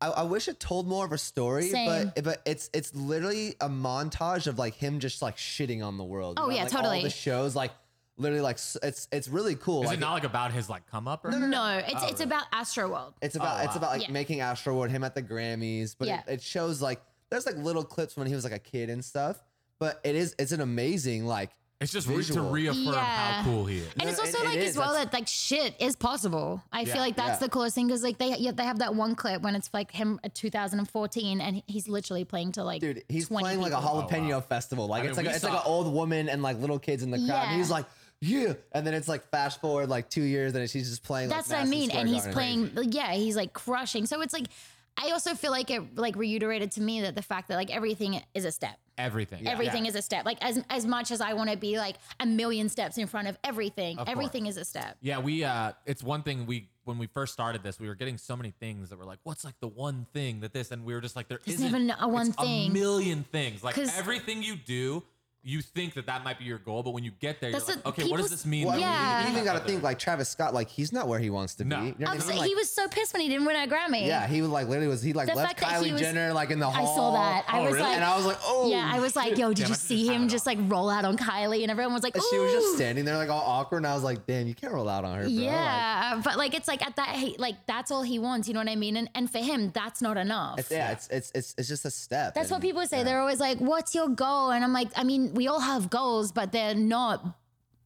Speaker 3: I, I wish it told more of a story,
Speaker 4: Same.
Speaker 3: but but it's it's literally a montage of like him just like shitting on the world. you
Speaker 4: Oh, yeah,
Speaker 3: like, All
Speaker 4: totally.
Speaker 3: the shows like. literally like s- it's it's really cool.
Speaker 2: Is
Speaker 3: like,
Speaker 2: it not like about his like come up or anything?
Speaker 4: No, it's
Speaker 2: Oh,
Speaker 4: it's
Speaker 2: really?
Speaker 4: about Astroworld.
Speaker 3: It's about
Speaker 2: Oh,
Speaker 3: it's
Speaker 2: wow.
Speaker 3: about like
Speaker 4: Yeah.
Speaker 3: making Astroworld him at the Grammys, but
Speaker 4: Yeah.
Speaker 3: it, it shows like there's like little clips when he was like a kid and stuff. But it is it's an amazing like
Speaker 2: It's just re- to
Speaker 3: Visual.
Speaker 2: reaffirm
Speaker 4: Yeah.
Speaker 2: how cool he is.
Speaker 4: And
Speaker 3: No,
Speaker 4: it's
Speaker 3: it-
Speaker 4: also
Speaker 3: it
Speaker 4: like
Speaker 3: is,
Speaker 4: as well
Speaker 3: that's-
Speaker 4: that like shit is possible. I
Speaker 2: Yeah.
Speaker 4: feel like that's
Speaker 3: Yeah.
Speaker 4: the coolest thing because like they yeah, they have that one clip when it's like him uh, at 2014 and he's literally playing to like
Speaker 3: dude, he's
Speaker 4: 20
Speaker 3: playing like a
Speaker 4: people.
Speaker 2: Oh,
Speaker 3: jalapeno
Speaker 2: wow.
Speaker 3: festival. Like
Speaker 2: I
Speaker 3: it's
Speaker 2: mean,
Speaker 3: like a,
Speaker 2: we
Speaker 3: it's like an
Speaker 2: saw-
Speaker 3: old woman and like little kids in the crowd. And
Speaker 4: Yeah.
Speaker 3: he's like, yeah. And then it's like fast forward like two years and she's just playing.
Speaker 4: That's
Speaker 3: like,
Speaker 4: what I
Speaker 3: Madison
Speaker 4: mean.
Speaker 3: Square
Speaker 4: And he's
Speaker 3: Garden.
Speaker 4: playing, yeah, he's like crushing. So it's like, I also feel like it like reiterated to me that the fact that like everything is a step,
Speaker 2: Everything.
Speaker 4: everything is a step. Like as as much as I want to be like a million steps in front of everything,
Speaker 2: Of course.
Speaker 4: everything is a step.
Speaker 2: Yeah, we uh it's one thing we when we first started this, we were getting so many things that were like, what's like the one thing that this and we were just like there
Speaker 4: There's
Speaker 2: isn't
Speaker 4: never a one
Speaker 2: it's
Speaker 4: thing.
Speaker 2: A million things. Like
Speaker 4: 'Cause-
Speaker 2: everything you do, you think that that might be your goal, but when you get there, you're
Speaker 4: That's
Speaker 2: like,
Speaker 4: what
Speaker 2: okay, what does
Speaker 4: people's-
Speaker 2: this mean?
Speaker 3: Well,
Speaker 2: that we
Speaker 4: Yeah.
Speaker 2: need
Speaker 3: you
Speaker 2: to
Speaker 3: even
Speaker 2: get
Speaker 3: got to
Speaker 2: out there?
Speaker 3: think like Travis Scott, like he's not where he wants to be.
Speaker 2: No.
Speaker 3: You know what I mean?
Speaker 4: Obviously,
Speaker 3: Like,
Speaker 4: he was so pissed when he didn't win a Grammy.
Speaker 3: yeah, he was like literally was he like
Speaker 4: The
Speaker 3: left
Speaker 4: fact that he
Speaker 3: Kylie
Speaker 4: was-
Speaker 3: Jenner like in the
Speaker 4: I
Speaker 3: hall.
Speaker 4: saw that. I
Speaker 2: Oh,
Speaker 4: was
Speaker 2: really?
Speaker 4: like,
Speaker 3: and I was like, oh
Speaker 4: yeah, I was like, yo,
Speaker 2: Damn,
Speaker 4: did
Speaker 2: I
Speaker 4: you
Speaker 2: could've
Speaker 4: see
Speaker 2: just had
Speaker 4: him
Speaker 2: it
Speaker 4: just
Speaker 2: on.
Speaker 4: like roll out on Kylie? And everyone was like,
Speaker 3: And she was
Speaker 4: "Ooh."
Speaker 3: just standing there like all awkward, and I was like, "Damn, you can't roll out on her." Bro. like,
Speaker 4: Yeah, but like it's like at that he, like that's all he wants, you know what I mean? And and for him, that's not enough.
Speaker 3: it's, yeah, it's it's it's it's just a step.
Speaker 4: That's what
Speaker 3: and-
Speaker 4: people say.
Speaker 3: yeah.
Speaker 4: They're always like, "What's your goal?" And I'm like, "I mean, we all have goals, but they're not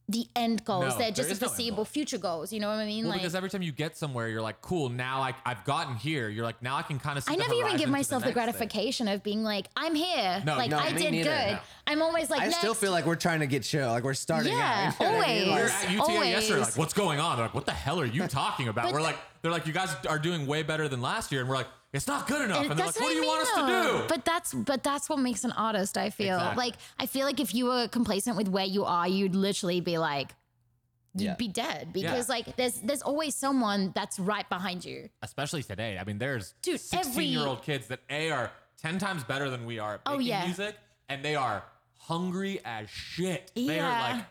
Speaker 4: the end goals.
Speaker 2: No,
Speaker 4: they're
Speaker 2: there
Speaker 4: just the
Speaker 2: is no end
Speaker 4: foreseeable
Speaker 2: goal.
Speaker 4: future goals. You know what I mean?
Speaker 2: Well,
Speaker 4: like,
Speaker 2: because every time you get somewhere, you're like, cool, now I, I've gotten here. You're like, now I can kind of see
Speaker 4: I
Speaker 2: the
Speaker 4: never even
Speaker 2: horizon to
Speaker 4: give myself the,
Speaker 2: next thing.
Speaker 4: gratification of being like, "I'm here.
Speaker 2: No,
Speaker 4: like,
Speaker 2: no,
Speaker 4: I
Speaker 3: me
Speaker 4: did
Speaker 3: neither.
Speaker 4: good.
Speaker 2: No.
Speaker 4: I'm always like,
Speaker 3: I still
Speaker 4: next.
Speaker 3: feel like we're trying to get chill. Like we're starting.
Speaker 4: Yeah,
Speaker 3: out, you know what I mean?
Speaker 2: We
Speaker 4: always.
Speaker 2: were
Speaker 3: Like,
Speaker 2: at UTA yesterday,
Speaker 4: Always.
Speaker 2: like, what's going on? They're like, what the hell are you talking about?
Speaker 4: But
Speaker 2: we're
Speaker 4: the-
Speaker 2: like, they're like, you guys are doing way better than last year. And we're like, it's not good enough. And, they're like,
Speaker 4: that's
Speaker 2: what do you want us
Speaker 4: I mean,
Speaker 2: to
Speaker 4: though.
Speaker 2: do?
Speaker 4: But that's but that's what makes an artist. I feel
Speaker 2: Exactly.
Speaker 4: like I feel like if you were complacent with where you are, you'd literally be like, you'd
Speaker 3: Yeah.
Speaker 4: be dead because like there's there's always someone that's right behind you.
Speaker 2: Especially today. I mean, there's
Speaker 4: Dude,
Speaker 2: 16 year old
Speaker 4: every-
Speaker 2: kids that A are 10 times better than we are at
Speaker 4: Oh,
Speaker 2: making
Speaker 4: yeah.
Speaker 2: music, and they are hungry as shit. They
Speaker 4: Yeah.
Speaker 2: are like,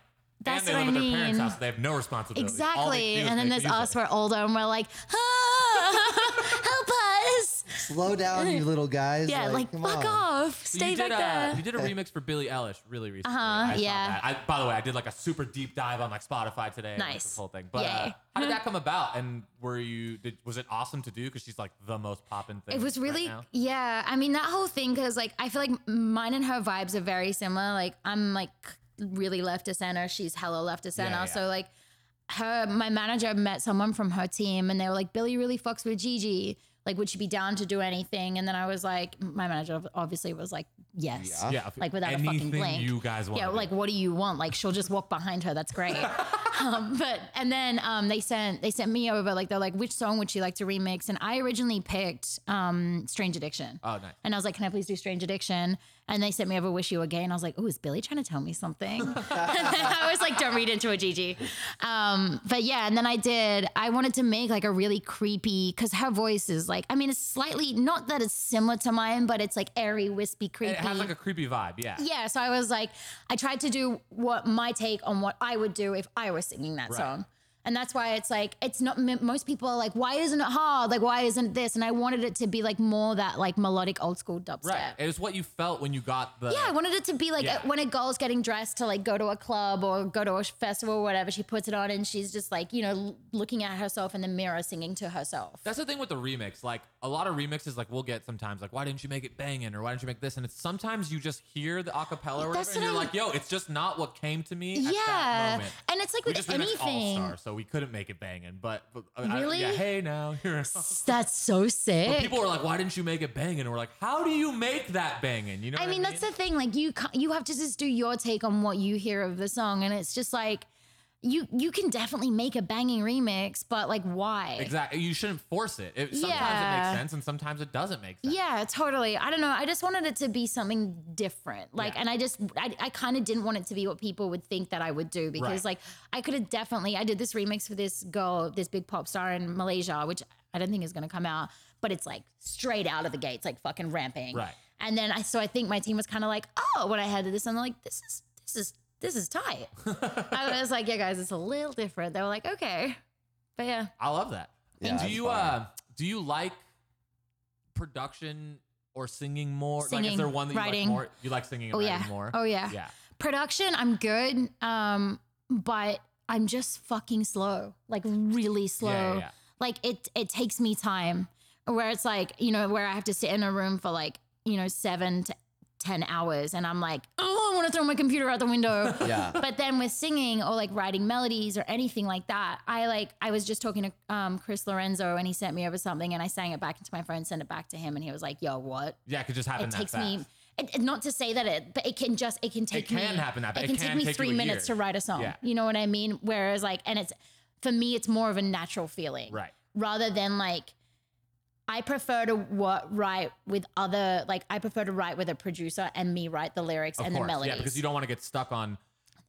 Speaker 2: and
Speaker 4: That's
Speaker 2: they
Speaker 4: what
Speaker 2: live
Speaker 4: I
Speaker 2: at their parents'
Speaker 4: mean.
Speaker 2: house. They have no responsibility. All they
Speaker 4: Exactly.
Speaker 2: do is
Speaker 4: And then
Speaker 2: make
Speaker 4: there's us.
Speaker 2: music.
Speaker 4: We're older and we're like, ah, help us.
Speaker 3: Slow down, you little guys.
Speaker 4: Yeah, like,
Speaker 3: come
Speaker 4: fuck
Speaker 3: on.
Speaker 4: off.
Speaker 2: So
Speaker 4: Stay
Speaker 2: you did
Speaker 4: back
Speaker 2: a,
Speaker 4: there.
Speaker 2: You did a remix for Billie Eilish really recently.
Speaker 4: Uh-huh,
Speaker 2: I saw
Speaker 4: yeah.
Speaker 2: that. I, by the way, I did like a super deep dive on like Spotify today. and, like,
Speaker 4: Nice. Uh-huh.
Speaker 2: this whole thing. But uh,
Speaker 4: Yay.
Speaker 2: how did that come about? And were you? Did, was it awesome to do? Because she's like the most poppin' thing.
Speaker 4: It was
Speaker 2: right
Speaker 4: really,
Speaker 2: now.
Speaker 4: yeah. I mean, that whole thing, because like, I feel like mine and her vibes are very similar. Like, I'm like really left to center. She's hella left to center.
Speaker 2: yeah.
Speaker 4: So, like, her, my manager met someone from her team and they were like, Billy really fucks with Gigi. Like, would she be down to do anything? And then I was like, my manager obviously was like, yes.
Speaker 3: Yeah.
Speaker 2: yeah.
Speaker 4: Like, without a fucking
Speaker 2: anything
Speaker 4: blink.
Speaker 2: you guys want.
Speaker 4: Yeah, like what do you want? Like she'll just walk behind her. That's great. um, but and then um, they sent they sent me over. Like they're like, which song would you like to remix? And I originally picked um, Strange Addiction.
Speaker 2: Oh, nice.
Speaker 4: And I was like, can I please do Strange Addiction? And they sent me over Wish You Were Gay. And I was like, oh, is Billy trying to tell me something? and then I was like, don't read into it, Gigi. Um, but yeah, and then I did, I wanted to make like a really creepy, because her voice is like, I mean, it's slightly, not that it's similar to mine, but it's like airy, wispy, creepy.
Speaker 2: It has like a creepy vibe. Yeah.
Speaker 4: Yeah, so I was like, I tried to do what my take on what I would do if I was singing that
Speaker 2: Right.
Speaker 4: song. And that's why it's like, it's not, m- most people are like, why isn't it hard? Like, why isn't this? And I wanted it to be like more that like melodic old school dubstep.
Speaker 2: Right. It was what you felt when you got the.
Speaker 4: Yeah, I wanted it to be like
Speaker 2: Yeah.
Speaker 4: when a girl's getting dressed to like go to a club or go to a festival or whatever, she puts it on and she's just like, you know, l- looking at herself in the mirror singing to herself.
Speaker 2: That's the thing with the remix. Like a lot of remixes, like we'll get sometimes, like why didn't you make it banging or why didn't you make this? And it's sometimes you just hear the acapella or whatever,
Speaker 4: That's
Speaker 2: and
Speaker 4: what
Speaker 2: you're
Speaker 4: I-
Speaker 2: like, yo, it's just not what came to me. at that
Speaker 4: yeah.
Speaker 2: moment.
Speaker 4: And it's like
Speaker 2: we
Speaker 4: with
Speaker 2: just remixed All
Speaker 4: anything.
Speaker 2: Star, so we couldn't make it banging. But, but I- I-
Speaker 4: Really?
Speaker 2: yeah, hey now, you're an all-star.
Speaker 4: That's so sick.
Speaker 2: But people are like, why didn't you make it banging? And we're like, how do you make that banging? You know,
Speaker 4: I
Speaker 2: what
Speaker 4: mean,
Speaker 2: I mean
Speaker 4: that's the thing. Like you, ca- you have to just do your take on what you hear of the song, and it's just like you, you can definitely make a banging remix, but like why?
Speaker 2: exactly. You shouldn't force it. it sometimes it
Speaker 4: Yeah.
Speaker 2: makes sense, and sometimes it doesn't make sense.
Speaker 4: Yeah, totally. I don't know. I just wanted it to be something different. Like,
Speaker 2: Yeah.
Speaker 4: and I just, I, I kind of didn't want it to be what people would think that I would do because,
Speaker 2: Right.
Speaker 4: like, I could have definitely, I did this remix for this girl, this big pop star in Malaysia, which I don't think is going to come out, but it's like straight out of the gates, like fucking ramping.
Speaker 2: Right.
Speaker 4: And then I, so I think my team was kind of like, oh, when I had this, and they're like, this is, this is, this is tight. I was like, yeah, guys, it's a little different. They were like, okay. But yeah.
Speaker 2: I love that.
Speaker 3: Yeah,
Speaker 2: and do
Speaker 3: that's
Speaker 2: you
Speaker 3: fire.
Speaker 2: uh, do you like production or singing more? like,
Speaker 4: Singing,
Speaker 2: is there one that you like
Speaker 4: writing.
Speaker 2: more? You like singing and
Speaker 4: Oh,
Speaker 2: writing
Speaker 4: yeah.
Speaker 2: more?
Speaker 4: Oh, yeah.
Speaker 2: yeah.
Speaker 4: production i'm good um but I'm just fucking slow, like really slow.
Speaker 2: yeah, yeah.
Speaker 4: Like it it takes me time. Where it's like, you know, where I have to sit in a room for like, you know, seven to ten hours and I'm like, oh, I want to throw my computer out the window.
Speaker 3: Yeah.
Speaker 4: But then with singing or like writing melodies or anything like that, I like I was just talking to um, Chris Lorenzo and he sent me over something and I sang it back into my phone, sent it back to him, and he was like, "Yo, what?"
Speaker 2: Yeah, it could just happen
Speaker 4: it
Speaker 2: that
Speaker 4: takes
Speaker 2: fast.
Speaker 4: me it, it- not to say that it but it can just it can take
Speaker 2: can
Speaker 4: me,
Speaker 2: happen that-
Speaker 4: it,
Speaker 2: it
Speaker 4: can,
Speaker 2: can
Speaker 4: take me
Speaker 2: take
Speaker 4: three
Speaker 2: you a
Speaker 4: minutes
Speaker 2: year.
Speaker 4: to write a song
Speaker 2: Yeah.
Speaker 4: you know what i mean whereas like and it's for me it's more of a natural feeling
Speaker 2: Right.
Speaker 4: rather than like i prefer to what write with other like i prefer to write with a producer and me write the lyrics
Speaker 2: Of
Speaker 4: and the
Speaker 2: course.
Speaker 4: melodies
Speaker 2: Yeah, because you don't want to get stuck on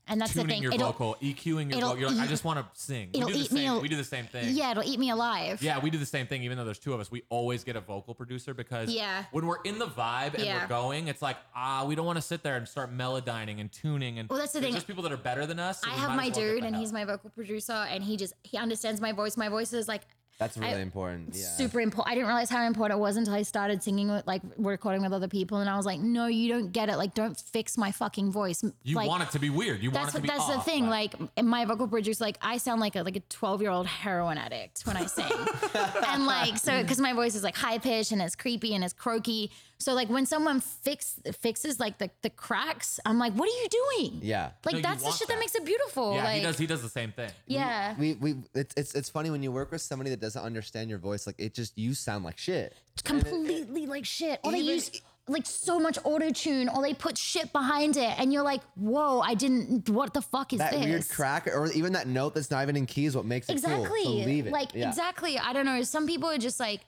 Speaker 4: and that's the
Speaker 2: tuning
Speaker 4: thing
Speaker 2: your
Speaker 4: it'll,
Speaker 2: vocal, EQing your
Speaker 4: it'll
Speaker 2: vocal. You're like, I
Speaker 4: eat-
Speaker 2: just want to sing. We do,
Speaker 4: it'll
Speaker 2: the
Speaker 4: eat me
Speaker 2: same,
Speaker 4: al-
Speaker 2: we do the same thing.
Speaker 4: yeah it'll eat me alive
Speaker 2: Yeah, we do the same thing, even though there's two of us. We always get a vocal producer because
Speaker 4: Yeah.
Speaker 2: when we're in the vibe and
Speaker 4: Yeah.
Speaker 2: we're going, it's like, ah, we don't want to sit there and start melodining and tuning. And
Speaker 4: Well, that's the
Speaker 2: there's
Speaker 4: thing.
Speaker 2: just people that are better than us. so
Speaker 4: i
Speaker 2: we
Speaker 4: have
Speaker 2: might
Speaker 4: my
Speaker 2: as well get
Speaker 4: dude
Speaker 2: the
Speaker 4: and
Speaker 2: help.
Speaker 4: he's my vocal producer and he just he understands my voice my voice is like
Speaker 3: That's really
Speaker 4: I-
Speaker 3: important. Yeah.
Speaker 4: super important. I didn't realize how important it was until I started singing with like recording with other people, and I was like, no, you don't get it. Like, don't fix my fucking voice.
Speaker 2: You
Speaker 4: like,
Speaker 2: want it to be weird. You want
Speaker 4: That's
Speaker 2: it to be
Speaker 4: that's the
Speaker 2: off,
Speaker 4: thing.
Speaker 2: but-
Speaker 4: Like in my vocal producer, like I sound like a like a twelve year old heroin addict when I sing, and like so because my voice is like high pitched and it's creepy and it's croaky. So like when someone fix fixes like the the cracks, I'm like, what are you doing?
Speaker 3: Yeah.
Speaker 4: Like
Speaker 2: No, you
Speaker 4: that's the
Speaker 2: want
Speaker 4: shit that.
Speaker 2: that.
Speaker 4: makes it beautiful.
Speaker 2: yeah,
Speaker 4: like
Speaker 2: he does. He does the same thing.
Speaker 4: yeah.
Speaker 3: We we it's, it's it's funny when you work with somebody that doesn't understand your voice. Like it just you sound like shit.
Speaker 4: completely like shit. Or they
Speaker 3: even-
Speaker 4: use like so much auto tune, or they put shit behind it, and you're like, whoa, I didn't. What the fuck is
Speaker 3: That
Speaker 4: this?
Speaker 3: weird crack or even that note that's not even in keys. What makes it
Speaker 4: Exactly.
Speaker 3: cool? Believe it.
Speaker 4: Like
Speaker 3: Yeah.
Speaker 4: exactly. I don't know. Some people are just like.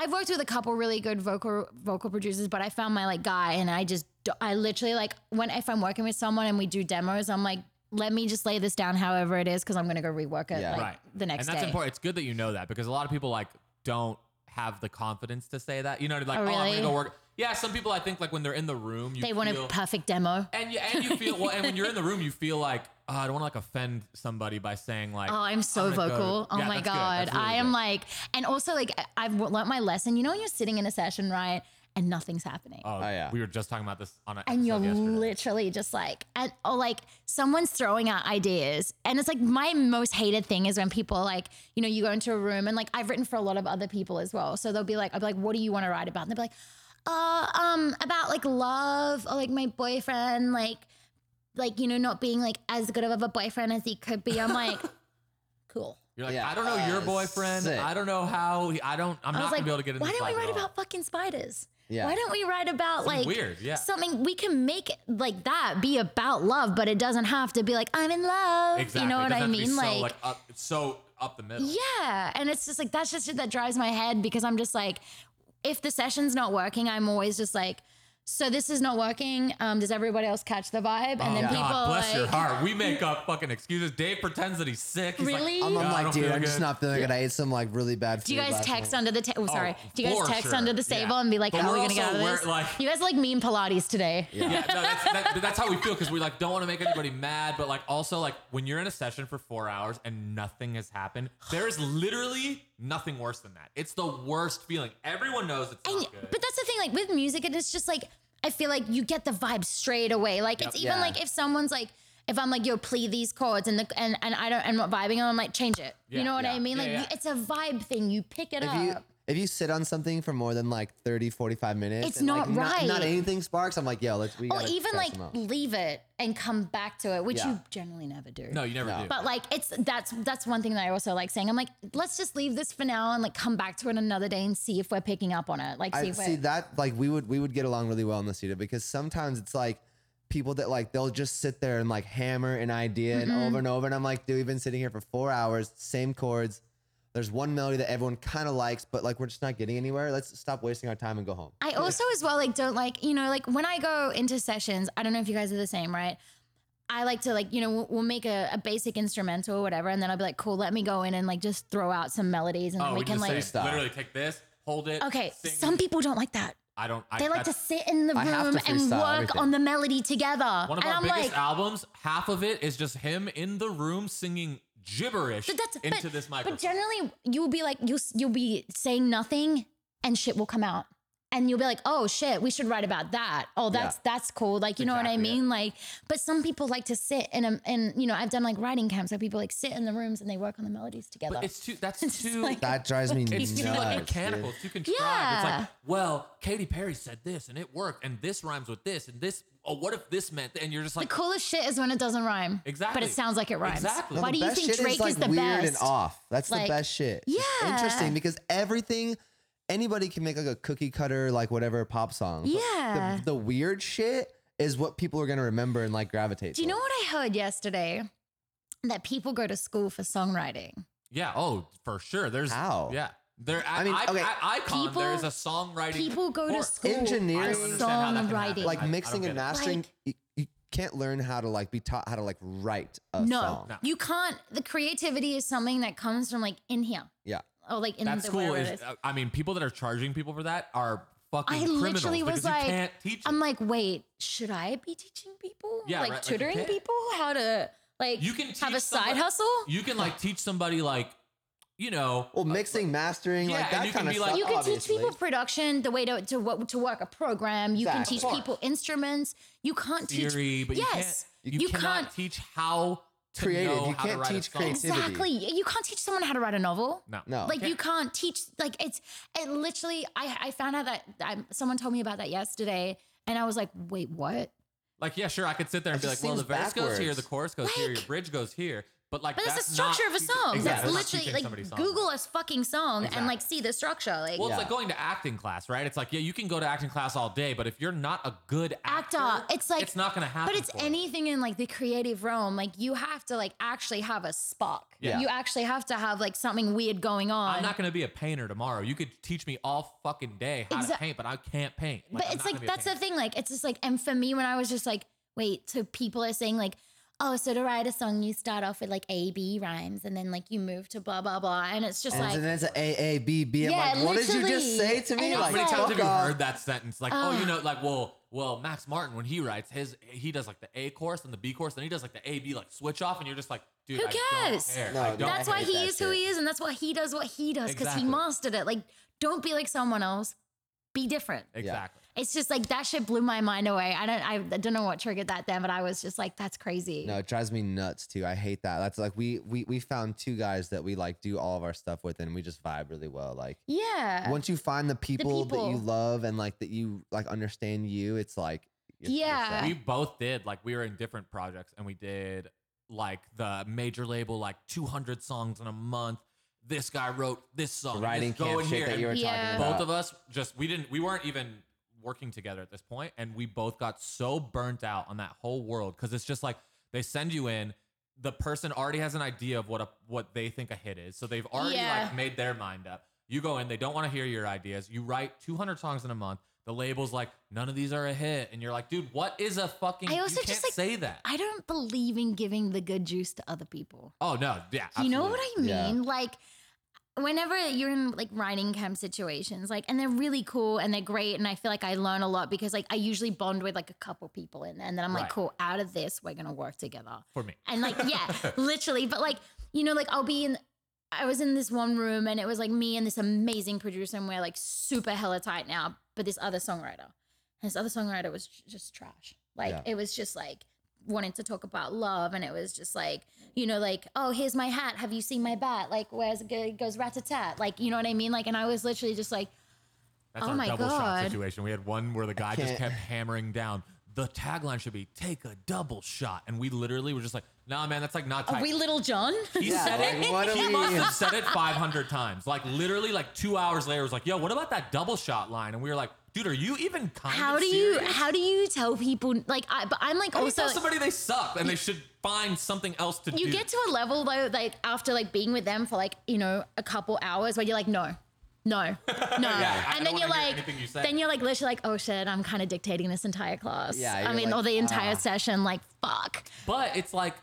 Speaker 4: I've worked with a couple really good vocal vocal producers, but I found my like guy, and I just d- I literally like when if I'm working with someone and we do demos, I'm like, let me just lay this down however it is because I'm gonna go rework it
Speaker 3: Yeah.
Speaker 4: like,
Speaker 2: right.
Speaker 4: the
Speaker 2: and
Speaker 4: next
Speaker 2: that's
Speaker 4: day.
Speaker 2: important. It's good that you know that because a lot of people like don't have the confidence to say that. You know, like, oh, I'm
Speaker 4: Oh,
Speaker 2: gonna
Speaker 4: really?
Speaker 2: go work. Yeah, some people I think like when they're in the room, you
Speaker 4: They want
Speaker 2: feel-
Speaker 4: a perfect demo.
Speaker 2: and you and you feel well, and when you're in the room, you feel like oh, I don't want to like offend somebody by saying like,
Speaker 4: Oh, I'm so
Speaker 2: gonna go to-
Speaker 4: vocal. oh
Speaker 2: Yeah,
Speaker 4: my
Speaker 2: that's good. That's
Speaker 4: God.
Speaker 2: really
Speaker 4: I am
Speaker 2: good.
Speaker 4: like, and also like, I- I've w- learned my lesson. You know, when you're sitting in a session, right? And nothing's happening.
Speaker 2: Oh,
Speaker 3: yeah.
Speaker 2: We were just talking about this on an
Speaker 4: and you're
Speaker 2: episode yesterday.
Speaker 4: literally just like, and or like someone's throwing out ideas. And it's like my most hated thing is when people like, you know, you go into a room and like I've written for a lot of other people as well. So they'll be like, I'll be like, what do you want to write about? And they'll be like, uh, um, about like love or like my boyfriend, like, like, you know, not being like as good of a boyfriend as he could be. I'm like, cool.
Speaker 2: You're like,
Speaker 3: Yeah.
Speaker 2: I don't know your
Speaker 3: Uh,
Speaker 2: boyfriend.
Speaker 3: sick.
Speaker 2: I don't know how. he- I don't. I'm
Speaker 4: I
Speaker 2: not
Speaker 4: was
Speaker 2: gonna
Speaker 4: like,
Speaker 2: be able to get into.
Speaker 4: why
Speaker 2: this
Speaker 4: don't we
Speaker 2: vibe
Speaker 4: write
Speaker 2: at all."
Speaker 4: about fucking spiders?
Speaker 3: Yeah.
Speaker 4: Why don't we write about
Speaker 2: Something
Speaker 4: like
Speaker 2: weird, yeah.
Speaker 4: something we can make it like that be about love, but it doesn't have to be like I'm in love.
Speaker 2: Exactly.
Speaker 4: You know
Speaker 2: It
Speaker 4: what
Speaker 2: doesn't
Speaker 4: I
Speaker 2: have to be
Speaker 4: mean?
Speaker 2: So, like, up, it's so up the middle.
Speaker 4: yeah, and it's just like that's just shit that drives my head because I'm just like, if the session's not working, I'm always just like, so this is not working. Um, does everybody else catch the vibe? And
Speaker 2: Oh,
Speaker 4: then people
Speaker 2: God bless
Speaker 4: like,
Speaker 2: your heart. We make up fucking excuses. Dave pretends that he's sick. He's like,
Speaker 4: Really?
Speaker 3: I'm,
Speaker 2: "Yeah,
Speaker 3: I'm
Speaker 2: I
Speaker 3: like,
Speaker 2: don't
Speaker 3: dude,
Speaker 2: feel
Speaker 3: I'm just
Speaker 2: good."
Speaker 3: not feeling good. I ate some like really bad food.
Speaker 4: do you guys
Speaker 3: last
Speaker 4: text
Speaker 3: night.
Speaker 4: under the table? Oh, sorry. Do you
Speaker 2: for
Speaker 4: guys text
Speaker 2: sure.
Speaker 4: under the
Speaker 2: Yeah.
Speaker 4: table and be like,
Speaker 2: But
Speaker 4: how are we
Speaker 2: we're
Speaker 4: gonna get out
Speaker 2: also-
Speaker 4: of
Speaker 2: we're
Speaker 4: this?
Speaker 2: like-
Speaker 4: you guys are like mean Pilates today.
Speaker 2: Yeah, no, that's, that, but that's how we feel because we like don't want to make anybody mad, but like also like when you're in a session for four hours and nothing has happened, there is literally nothing worse than that. It's the worst feeling. Everyone knows it's
Speaker 4: And-
Speaker 2: not good.
Speaker 4: but that's the thing, like with music, it is just like I feel like you get the vibe straight away. Like it's even
Speaker 3: Yeah.
Speaker 4: like if someone's like, if I'm like, yo, play these chords and the and and I don't and what vibing, I'm like, change it.
Speaker 2: Yeah,
Speaker 4: you know what
Speaker 2: yeah,
Speaker 4: I mean?
Speaker 2: yeah,
Speaker 4: Like
Speaker 2: yeah.
Speaker 4: you- it's a vibe thing. You pick it
Speaker 3: If
Speaker 4: up.
Speaker 3: you if you sit on something for more than like 30, 45 minutes,
Speaker 4: It's
Speaker 3: and, like,
Speaker 4: not
Speaker 3: Not,
Speaker 4: right.
Speaker 3: anything sparks. I'm like, yo, let's we.
Speaker 4: or
Speaker 3: gotta
Speaker 4: even
Speaker 3: try
Speaker 4: like
Speaker 3: some out.
Speaker 4: leave it and come back to it, which
Speaker 3: Yeah.
Speaker 4: you generally never do.
Speaker 2: no, you never
Speaker 3: No.
Speaker 2: do.
Speaker 4: But like it's that's that's one thing that I also like saying. I'm like, let's just leave this for now and like come back to it another day and see if we're picking up on it. Like see
Speaker 3: I
Speaker 4: if we're
Speaker 3: see that like we would we would get along really well in the studio because sometimes it's like people that like they'll just sit there and like hammer an idea and over and over and I'm like, dude, we've been sitting here for four hours, same chords. There's one melody that everyone kind of likes, but like we're just not getting anywhere. Let's stop wasting our time and go home.
Speaker 4: I also as well like don't like you know like when I go into sessions. I don't know if you guys are the same, right? I like to like you know we'll, we'll make a, a basic instrumental or whatever, and then I'll be like, cool, let me go in and like just throw out some melodies, and
Speaker 2: oh,
Speaker 4: then we,
Speaker 2: we,
Speaker 4: can
Speaker 2: just
Speaker 4: like.
Speaker 2: say, literally take this, hold it.
Speaker 4: Okay,
Speaker 2: sing.
Speaker 4: some people don't like that.
Speaker 2: I don't. I,
Speaker 4: They like to
Speaker 2: that's-
Speaker 4: sit in the
Speaker 3: I have
Speaker 4: room
Speaker 3: to
Speaker 4: and
Speaker 3: freestyle
Speaker 4: work
Speaker 3: everything.
Speaker 4: on the melody together,
Speaker 2: One of
Speaker 4: and
Speaker 2: our
Speaker 4: I'm
Speaker 2: biggest
Speaker 4: like,
Speaker 2: albums, half of it is just him in the room singing gibberish
Speaker 4: but that's
Speaker 2: into
Speaker 4: but,
Speaker 2: this
Speaker 4: But
Speaker 2: microphone.
Speaker 4: generally, you'll be like you'll you'll be saying nothing, and shit will come out. and you'll be like, oh shit, we should write about that. Oh, that's that's cool. Like, you know what I
Speaker 2: Exactly it.
Speaker 4: mean? Like, but some people like to sit in a and you know, I've done like writing camps where people like sit in the rooms and they work on the melodies together.
Speaker 2: But it's too. That's
Speaker 4: It's
Speaker 2: too.
Speaker 4: like-
Speaker 3: That drives me
Speaker 2: it's
Speaker 3: nuts.
Speaker 2: too like
Speaker 3: dude.
Speaker 2: mechanical. It's too contrived. It's
Speaker 4: Yeah.
Speaker 2: like, well, Katy Perry said this and it worked, and this rhymes with this, and this. Oh, what if this meant? th- And you're just
Speaker 4: the
Speaker 2: like,
Speaker 4: coolest shit is when it doesn't rhyme.
Speaker 2: Exactly.
Speaker 4: But it sounds like it rhymes.
Speaker 2: Exactly. No,
Speaker 4: Why
Speaker 2: the
Speaker 4: do you
Speaker 3: best
Speaker 4: think
Speaker 3: shit
Speaker 4: Drake is,
Speaker 3: like
Speaker 4: the
Speaker 3: weird
Speaker 4: best?
Speaker 3: and off. That's
Speaker 4: Like,
Speaker 3: the best shit. It's interesting
Speaker 4: yeah.
Speaker 3: because everything, anybody can make like a cookie cutter, like whatever pop song. but
Speaker 4: Yeah.
Speaker 3: The, the weird shit is what people are gonna remember and like gravitate.
Speaker 4: Do you know
Speaker 3: towards.
Speaker 4: what I heard yesterday? That people go to school for songwriting.
Speaker 2: yeah, oh, for sure. There's
Speaker 3: How?
Speaker 2: Yeah, there. I,
Speaker 3: I mean,
Speaker 2: mean,
Speaker 3: okay.
Speaker 2: icon. there is a
Speaker 4: People-
Speaker 2: songwriting.
Speaker 4: People go to
Speaker 2: course.
Speaker 4: school
Speaker 3: Engineers-
Speaker 4: for
Speaker 2: understand how that can happen.
Speaker 4: songwriting.
Speaker 3: Like
Speaker 2: I- I don't
Speaker 3: mixing
Speaker 2: get
Speaker 3: and
Speaker 2: it.
Speaker 3: mastering,
Speaker 4: Like-
Speaker 3: you, you can't learn how to like be taught how to like write a
Speaker 4: no,
Speaker 3: song.
Speaker 2: No.
Speaker 4: you can't. The creativity is something that comes from like in here.
Speaker 3: Yeah.
Speaker 4: Oh, like in
Speaker 2: That
Speaker 4: the
Speaker 2: school
Speaker 4: wherever it
Speaker 2: is. uh,
Speaker 4: is.
Speaker 2: I mean, people that are charging people for that are fucking
Speaker 4: I
Speaker 2: criminals
Speaker 4: literally was
Speaker 2: because you
Speaker 4: like-
Speaker 2: can't teach.
Speaker 4: I'm
Speaker 2: it.
Speaker 4: like, wait, should I be teaching people?
Speaker 2: Yeah,
Speaker 4: like
Speaker 2: right, like you
Speaker 4: tutoring
Speaker 2: can't.
Speaker 4: people how to like
Speaker 2: You can
Speaker 4: have
Speaker 2: teach
Speaker 4: a side
Speaker 2: somebody-
Speaker 4: hustle?
Speaker 2: you can like teach somebody like, you know,
Speaker 3: Well, mixing, mastering,
Speaker 2: Uh, yeah,
Speaker 3: like
Speaker 2: and
Speaker 3: that
Speaker 2: you can
Speaker 3: kind of
Speaker 2: be like-
Speaker 3: stuff.
Speaker 4: you can teach
Speaker 3: obviously.
Speaker 4: people production, the way to to, wo- to work a program. You
Speaker 3: Exactly.
Speaker 4: can
Speaker 2: Of
Speaker 4: teach
Speaker 2: course.
Speaker 4: people instruments. You can't teach
Speaker 2: theory, but
Speaker 4: Yes.
Speaker 2: you can't. You,
Speaker 4: You
Speaker 2: cannot
Speaker 4: can't-
Speaker 2: teach how to
Speaker 3: Creative.
Speaker 2: Know
Speaker 3: You
Speaker 2: how to
Speaker 3: can't
Speaker 2: write
Speaker 3: teach
Speaker 2: a song.
Speaker 3: creativity.
Speaker 4: exactly. You can't teach someone how to write a novel.
Speaker 2: No.
Speaker 3: No.
Speaker 4: like
Speaker 2: Okay.
Speaker 4: you can't teach like it's it literally i i found out that um, someone told me about that yesterday and i was like wait what
Speaker 2: Like, yeah, sure, I could sit there and
Speaker 3: It
Speaker 2: be like,
Speaker 3: just
Speaker 2: well, the
Speaker 3: seems
Speaker 2: verse goes here, the
Speaker 3: backwards.
Speaker 2: chorus goes here, your
Speaker 4: Like-
Speaker 2: bridge goes here. But like,
Speaker 4: but that's, the
Speaker 2: not
Speaker 4: structure of a
Speaker 2: teaching-
Speaker 4: song
Speaker 2: Exactly.
Speaker 4: that's
Speaker 2: not
Speaker 4: literally
Speaker 2: teaching somebody
Speaker 4: like
Speaker 2: song.
Speaker 4: google a fucking song and
Speaker 2: Exactly.
Speaker 4: like see the structure like
Speaker 2: Well,
Speaker 3: Yeah.
Speaker 2: it's like going to acting class, right? It's like, yeah, you can go to acting class all day, but if you're not a good actor,
Speaker 4: Act up. It's like-
Speaker 2: it's not going to happen.
Speaker 4: but it's
Speaker 2: for you.
Speaker 4: anything in like the creative realm like you have to like actually have a spark
Speaker 3: Yeah.
Speaker 4: you actually have to have like something weird going on
Speaker 2: I'm not going to be a painter tomorrow. You could teach me all fucking day how to
Speaker 4: Exact-
Speaker 2: paint, but I can't paint.
Speaker 4: but
Speaker 2: I'm
Speaker 4: it's
Speaker 2: not
Speaker 4: like
Speaker 2: gonna be a
Speaker 4: that's the
Speaker 2: painter.
Speaker 4: thing. Like it's just like, and for me, when I was just like, wait, so people are saying like, oh, so to write a song, you start off with like A B rhymes, and then like you move to blah blah blah, and it's just
Speaker 3: And
Speaker 4: like,
Speaker 3: then it's a A A B B. I'm
Speaker 4: Yeah,
Speaker 3: like, what did you just say
Speaker 4: literally.
Speaker 3: to me?
Speaker 4: And it's
Speaker 2: How
Speaker 3: Like,
Speaker 2: many times
Speaker 4: like-
Speaker 3: fuck
Speaker 2: have you
Speaker 3: off.
Speaker 2: heard that sentence? Like, oh, you know, like, well, well, Max Martin when he writes his, he does like the A course and the B course, and he does like the A B like switch off, and you're just like, dude,
Speaker 4: Who
Speaker 2: I
Speaker 4: cares?
Speaker 2: Don't care.
Speaker 3: No,
Speaker 2: I don't
Speaker 4: that's why
Speaker 3: hate
Speaker 4: he
Speaker 3: that
Speaker 4: is who
Speaker 3: shit.
Speaker 4: he is, and that's why he does what he does because
Speaker 2: Exactly.
Speaker 4: he mastered it. Like, don't be like someone else. Be different.
Speaker 2: exactly.
Speaker 4: It's just like that shit blew my mind away. I don't, I, I don't know what triggered that then, but I was just like, that's crazy.
Speaker 3: No, it drives me nuts too. I hate that. That's like we we we found two guys that we like do all of our stuff with, and we just vibe really well. Like
Speaker 4: Yeah.
Speaker 3: once you find the people, that you
Speaker 4: Uh, people.
Speaker 3: love and like that you like understand you, it's like you're- you're
Speaker 4: Yeah.
Speaker 3: set.
Speaker 2: We both did like we were in different projects, and we did like the major label like 200 songs in a month. This guy wrote this
Speaker 3: The
Speaker 2: song.
Speaker 3: writing
Speaker 2: this go
Speaker 3: camp
Speaker 2: in
Speaker 3: shit
Speaker 2: here,
Speaker 3: that
Speaker 2: and
Speaker 3: you were
Speaker 4: Yeah.
Speaker 3: talking about.
Speaker 2: both of us just we didn't we weren't even working together at this point and we both got so burnt out on that whole world because it's just like they send you in the person already has an idea of what a, what they think a hit is so they've already
Speaker 4: Yeah.
Speaker 2: like made their mind up you go in they don't want to hear your ideas you write 200 songs in a month the label's like none of these are a hit and you're like dude what is a fucking
Speaker 4: I also
Speaker 2: you
Speaker 4: just,
Speaker 2: can't
Speaker 4: like,
Speaker 2: say that
Speaker 4: I don't believe in giving the good juice to other people.
Speaker 2: oh no yeah
Speaker 4: You know
Speaker 2: absolutely.
Speaker 4: what I mean?
Speaker 3: Yeah.
Speaker 4: Like, whenever you're in like writing camp situations, like, and they're really cool and they're great, and I feel like I learn a lot because like I usually bond with like a couple people in there, and then I'm
Speaker 2: Right.
Speaker 4: like, cool, out of this, we're gonna work together.
Speaker 2: for me
Speaker 4: And like, yeah, literally. But like, you know, like I'll be in. I was in this one room and it was like me and this amazing producer, and we're like super hella tight now. But this other songwriter, and this other songwriter was j- just trash. Like
Speaker 3: Yeah.
Speaker 4: it was just like wanting to talk about love, and it was just like you know, like oh here's my hat, have you seen my bat? Like where's it go- it goes rat a tat? Like you know what I mean? Like and I was literally just like
Speaker 2: That's
Speaker 4: Oh
Speaker 2: our
Speaker 4: my
Speaker 2: double shot
Speaker 4: God.
Speaker 2: situation. We had one where the guy just
Speaker 3: can't-
Speaker 2: kept hammering down. The tagline should be "Take a double shot," and we literally were just like, "Nah, man, that's like not
Speaker 4: are
Speaker 2: tight."
Speaker 4: Oh, we Little John?
Speaker 2: he
Speaker 3: Yeah,
Speaker 2: said
Speaker 3: like,
Speaker 2: it.
Speaker 3: what
Speaker 2: he
Speaker 3: are
Speaker 2: must
Speaker 3: we-
Speaker 2: have said it 500 times. Like literally, like two hours later, it was like, "Yo, what about that double shot line?" And we were like, "Dude, are you even kind
Speaker 4: how
Speaker 2: of
Speaker 4: do you
Speaker 2: serious?
Speaker 4: how do you tell people like? I, but I'm like
Speaker 2: How do you
Speaker 4: also.
Speaker 2: tell
Speaker 4: like-
Speaker 2: somebody they suck and they should find something else to do?"
Speaker 4: You get to a level though, like after like being with them for like you know a couple hours, where you're like, no, no,
Speaker 2: I
Speaker 4: no,
Speaker 2: don't
Speaker 4: and then
Speaker 2: wanna
Speaker 4: you're
Speaker 2: hear
Speaker 4: like,
Speaker 2: anything you say.
Speaker 4: then you're like literally like, oh shit, I'm kind of dictating this entire class.
Speaker 3: Yeah,
Speaker 4: I
Speaker 3: you're
Speaker 4: mean,
Speaker 3: like,
Speaker 4: or the entire
Speaker 3: ah.
Speaker 4: session, like fuck.
Speaker 2: but it's like,